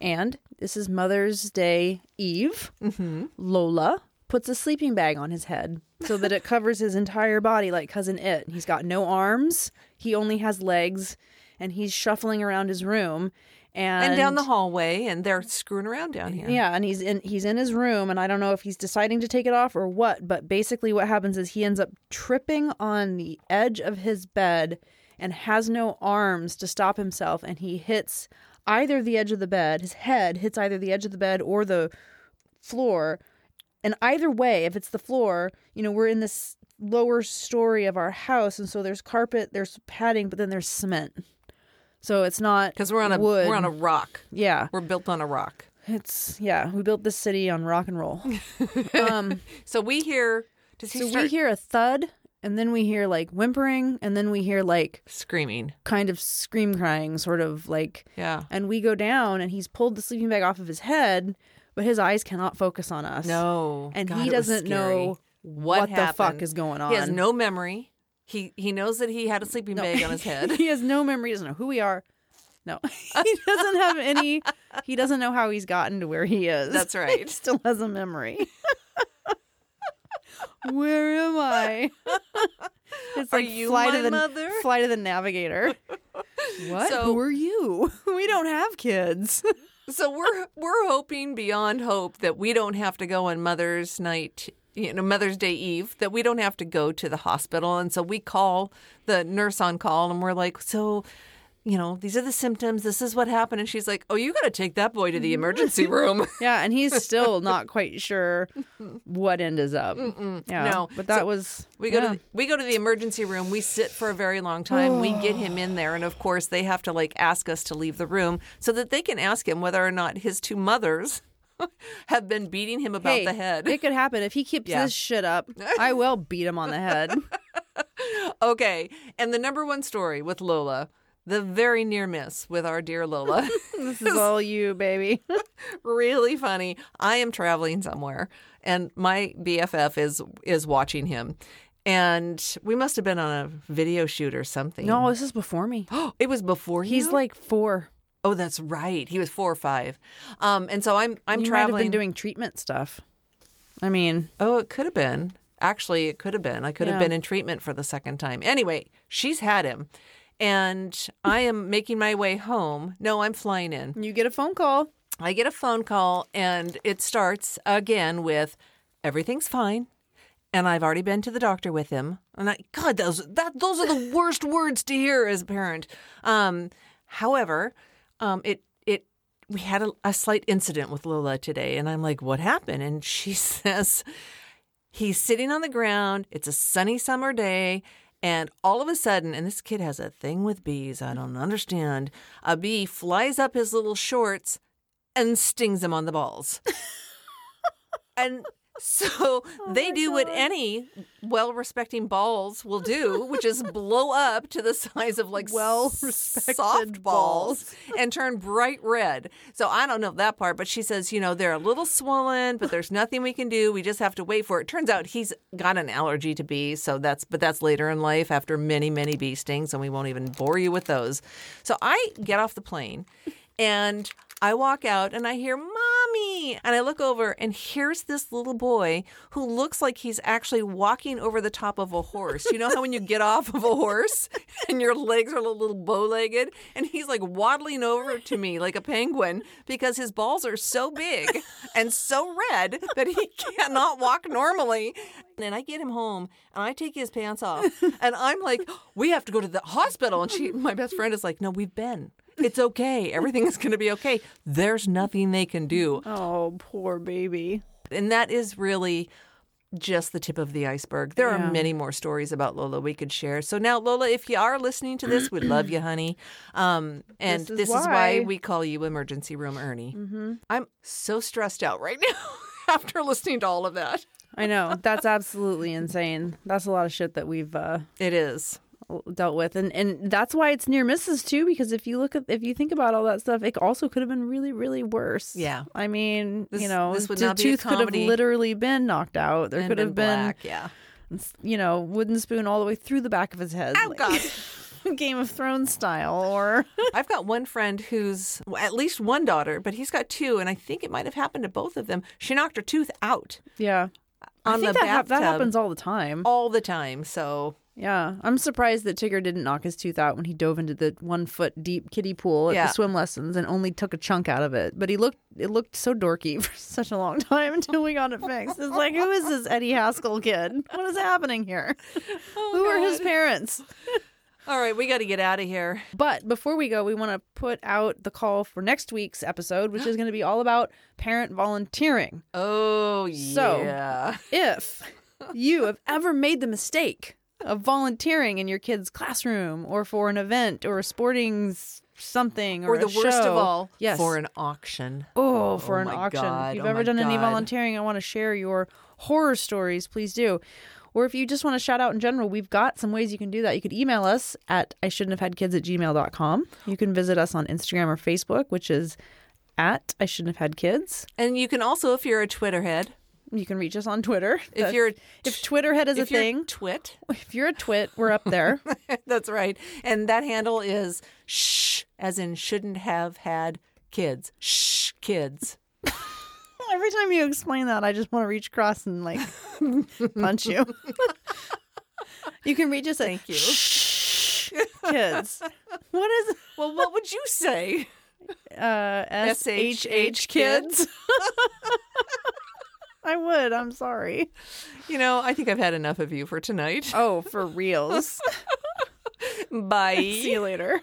S2: and this is mother's day eve
S1: Mm-hmm.
S2: lola puts a sleeping bag on his head so that it covers his entire body like cousin it he's got no arms he only has legs and he's shuffling around his room and,
S1: and down the hallway, and they're screwing around down here.
S2: yeah, and he's in he's in his room, and I don't know if he's deciding to take it off or what. But basically, what happens is he ends up tripping on the edge of his bed and has no arms to stop himself, and he hits either the edge of the bed. His head hits either the edge of the bed or the floor. And either way, if it's the floor, you know, we're in this lower story of our house, and so there's carpet, there's padding, but then there's cement. So it's not
S1: Because we're on a
S2: wood.
S1: we're on a rock.
S2: yeah.
S1: We're built on a rock.
S2: It's yeah, we built this city on rock
S1: <laughs>
S2: and roll. um,
S1: So we hear. Does he
S2: so
S1: start
S2: we hear a thud, and then we hear like whimpering, and then we hear like
S1: screaming?
S2: kind of scream crying, sort of like.
S1: Yeah.
S2: And we go down, and he's pulled the sleeping bag off of his head, but his eyes cannot focus on us.
S1: No.
S2: and
S1: God,
S2: he
S1: it was
S2: doesn't
S1: scary.
S2: know
S1: what,
S2: what the fuck
S1: happened.
S2: is going on.
S1: He has no memory. He he knows that he had a sleeping
S2: No.
S1: bag on
S2: <laughs>
S1: his head.
S2: he has no memory. He doesn't know who we are. No, <laughs>
S1: <laughs>
S2: he doesn't have any. He doesn't know how he's gotten to where he is.
S1: That's
S2: <laughs> He
S1: right.
S2: still has a memory. <laughs> Where am
S1: <laughs>
S2: I? It's
S1: Are
S2: like
S1: you
S2: fly
S1: my
S2: to the
S1: mother?
S2: fly to
S1: <laughs>
S2: the navigator. What?
S1: So-
S2: Who are you? <laughs> We don't have kids. <laughs>
S1: so we're we're hoping beyond hope that we don't have to go on Mother's Night, you know, Mother's Day Eve, that we don't have to go to the hospital. And so we call the nurse on call, and we're like, so. You know, these are the symptoms. This is what happened. And she's like, Oh, you got to take that boy to
S2: <laughs>
S1: the emergency room.
S2: Yeah, and he's still not quite sure <laughs> what end is up. Yeah,
S1: No.
S2: but that
S1: So
S2: was
S1: We go
S2: yeah.
S1: to the, we go to the emergency room. We sit for a very long time. we get him in there, and of course they have to like ask us to leave the room so that they can ask him whether or not his two mothers <laughs> have been beating him about
S2: Hey,
S1: the head.
S2: It could happen if he keeps
S1: Yeah.
S2: this shit up. I will beat him on
S1: <laughs>
S2: the head.
S1: <laughs> okay, and the number one story with Lola, the very near miss with our dear
S2: <laughs>
S1: Lola, <laughs>
S2: This is all you, baby.
S1: really funny. I am traveling somewhere, and my BFF is is watching him, and we must have been on a video shoot or something.
S2: No, this is before me.
S1: <gasps> It was before
S2: He's
S1: you?
S2: like four.
S1: Oh, that's right. He was four or five. Um, and so I'm I'm
S2: You
S1: traveling.
S2: might have been doing treatment stuff. I mean,
S1: oh, it could have been. Actually, it could have been. I could have
S2: Yeah.
S1: been in treatment for the second time. Anyway, she's had him, and I am making my way home. No, I'm flying in.
S2: you get a phone call.
S1: I get a phone call, and it starts again with everything's fine. And I've already been to the doctor with him. And I, God, those that those are the worst words to hear as a parent. Um, however, um, it it we had a, a slight incident with Lola today, and I'm like, what happened? And she <laughs> says, he's sitting on the ground. It's a sunny summer day. And all of a sudden, and this kid has a thing with bees, I don't understand. A bee flies up his little shorts and stings him on the balls. and so they do what any well respecting balls will do, which is blow up to the size of like
S2: Well-respected
S1: soft balls and turn bright red. So I don't know that part, but she says, you know, they're a little swollen, but there's nothing we can do. We just have to wait for it. Turns out he's got an allergy to bees, so that's but that's later in life after many, many bee stings, and we won't even bore you with those. So I get off the plane and I walk out and I hear mommy and I look over and here's this little boy who looks like he's actually walking over the top of a horse. You know how when you get off of a horse <laughs> and your legs are a little bow-legged and he's like waddling over to me like a penguin because his balls are so big and so red that he <laughs> cannot walk normally. And then I get him home and I take his pants off and I'm like, "We have to go to the hospital." And she my best friend is like, "No, we've been it's okay. Everything is going to be okay. There's nothing they can do.
S2: Oh, poor baby.
S1: And that is really just the tip of the iceberg. There
S2: Yeah.
S1: are many more stories about Lola we could share. So now, Lola, if you are listening to this, we love you, honey. Um, and
S2: This
S1: this,
S2: is
S1: is, why.
S2: why. Mm-hmm.
S1: we call you Emergency Room Ernie. I'm so stressed out right <laughs> now after listening to all of that.
S2: I know. That's absolutely insane. That's a lot of shit that we've uh
S1: It is.
S2: dealt with and and that's why it's near misses too because if you look at if you think about all that stuff it also could have been really really worse
S1: Yeah.
S2: i mean
S1: This-
S2: you know
S1: this would
S2: the
S1: not be a
S2: tooth could have
S1: comedy.
S2: literally been knocked out there
S1: And
S2: could have been,
S1: black,
S2: <laughs>
S1: yeah.
S2: you know wooden spoon all the way through the back of his head
S1: Oh, God.
S2: <laughs> game of thrones style
S1: <laughs>
S2: or
S1: I've got one friend who's well, at least one daughter, but he's got two, and I think it might have happened to both of them. She knocked her tooth out
S2: yeah
S1: on
S2: I think
S1: the
S2: that,
S1: bathtub
S2: hap- that happens all the time
S1: all the time. So
S2: yeah i'm surprised that tigger didn't knock his tooth out when he dove into the one foot deep kiddie pool at
S1: Yeah.
S2: the swim lessons and only took a chunk out of it but he looked it looked so dorky <laughs> for such a long time until we got it fixed it's like who is this eddie haskell kid what is happening
S1: <laughs>
S2: here
S1: Oh,
S2: who are his parents
S1: all right, we got to get out of here.
S2: But before we go, we want to put out the call for next week's episode, which is going to be all about parent volunteering.
S1: Oh
S2: So-
S1: yeah, <laughs>
S2: If you have ever made the mistake of volunteering in your kid's classroom or for an event or a sporting s- something or,
S1: or the
S2: a
S1: worst
S2: show-
S1: of all,
S2: yes.
S1: for an auction.
S2: Oh, for
S1: Oh
S2: an
S1: my
S2: auction.
S1: God,
S2: If you've
S1: oh
S2: ever
S1: my
S2: done any
S1: God.
S2: volunteering and want to share your horror stories, please do. Or if you just want to shout out in general, we've got some ways you can do that. You could email us at I shouldn't have had kids at gmail.com. You can visit us on Instagram or Facebook, which is at I shouldn't have had kids.
S1: And you can also, if you're a Twitterhead,
S2: You can reach us on Twitter.
S1: if you're
S2: <laughs> if Twitterhead is a
S1: if you're
S2: thing, <laughs>
S1: twit, <laughs>
S2: if you're a twit, we're up there.
S1: that's right. And that handle is shh, as in shouldn't have had kids. Shh, kids.
S2: Every time you explain that, I just want to reach across and <laughs> like punch you. <laughs> you can reach us at
S1: Thank you.
S2: <laughs> kids. What is
S1: Well, what would you say?
S2: uh SHH
S1: SHH
S2: kids? I would. I'm sorry.
S1: You know, I think I've had enough of you for
S2: <laughs>
S1: tonight.
S2: Oh, for reals.
S1: Bye.
S2: See you later.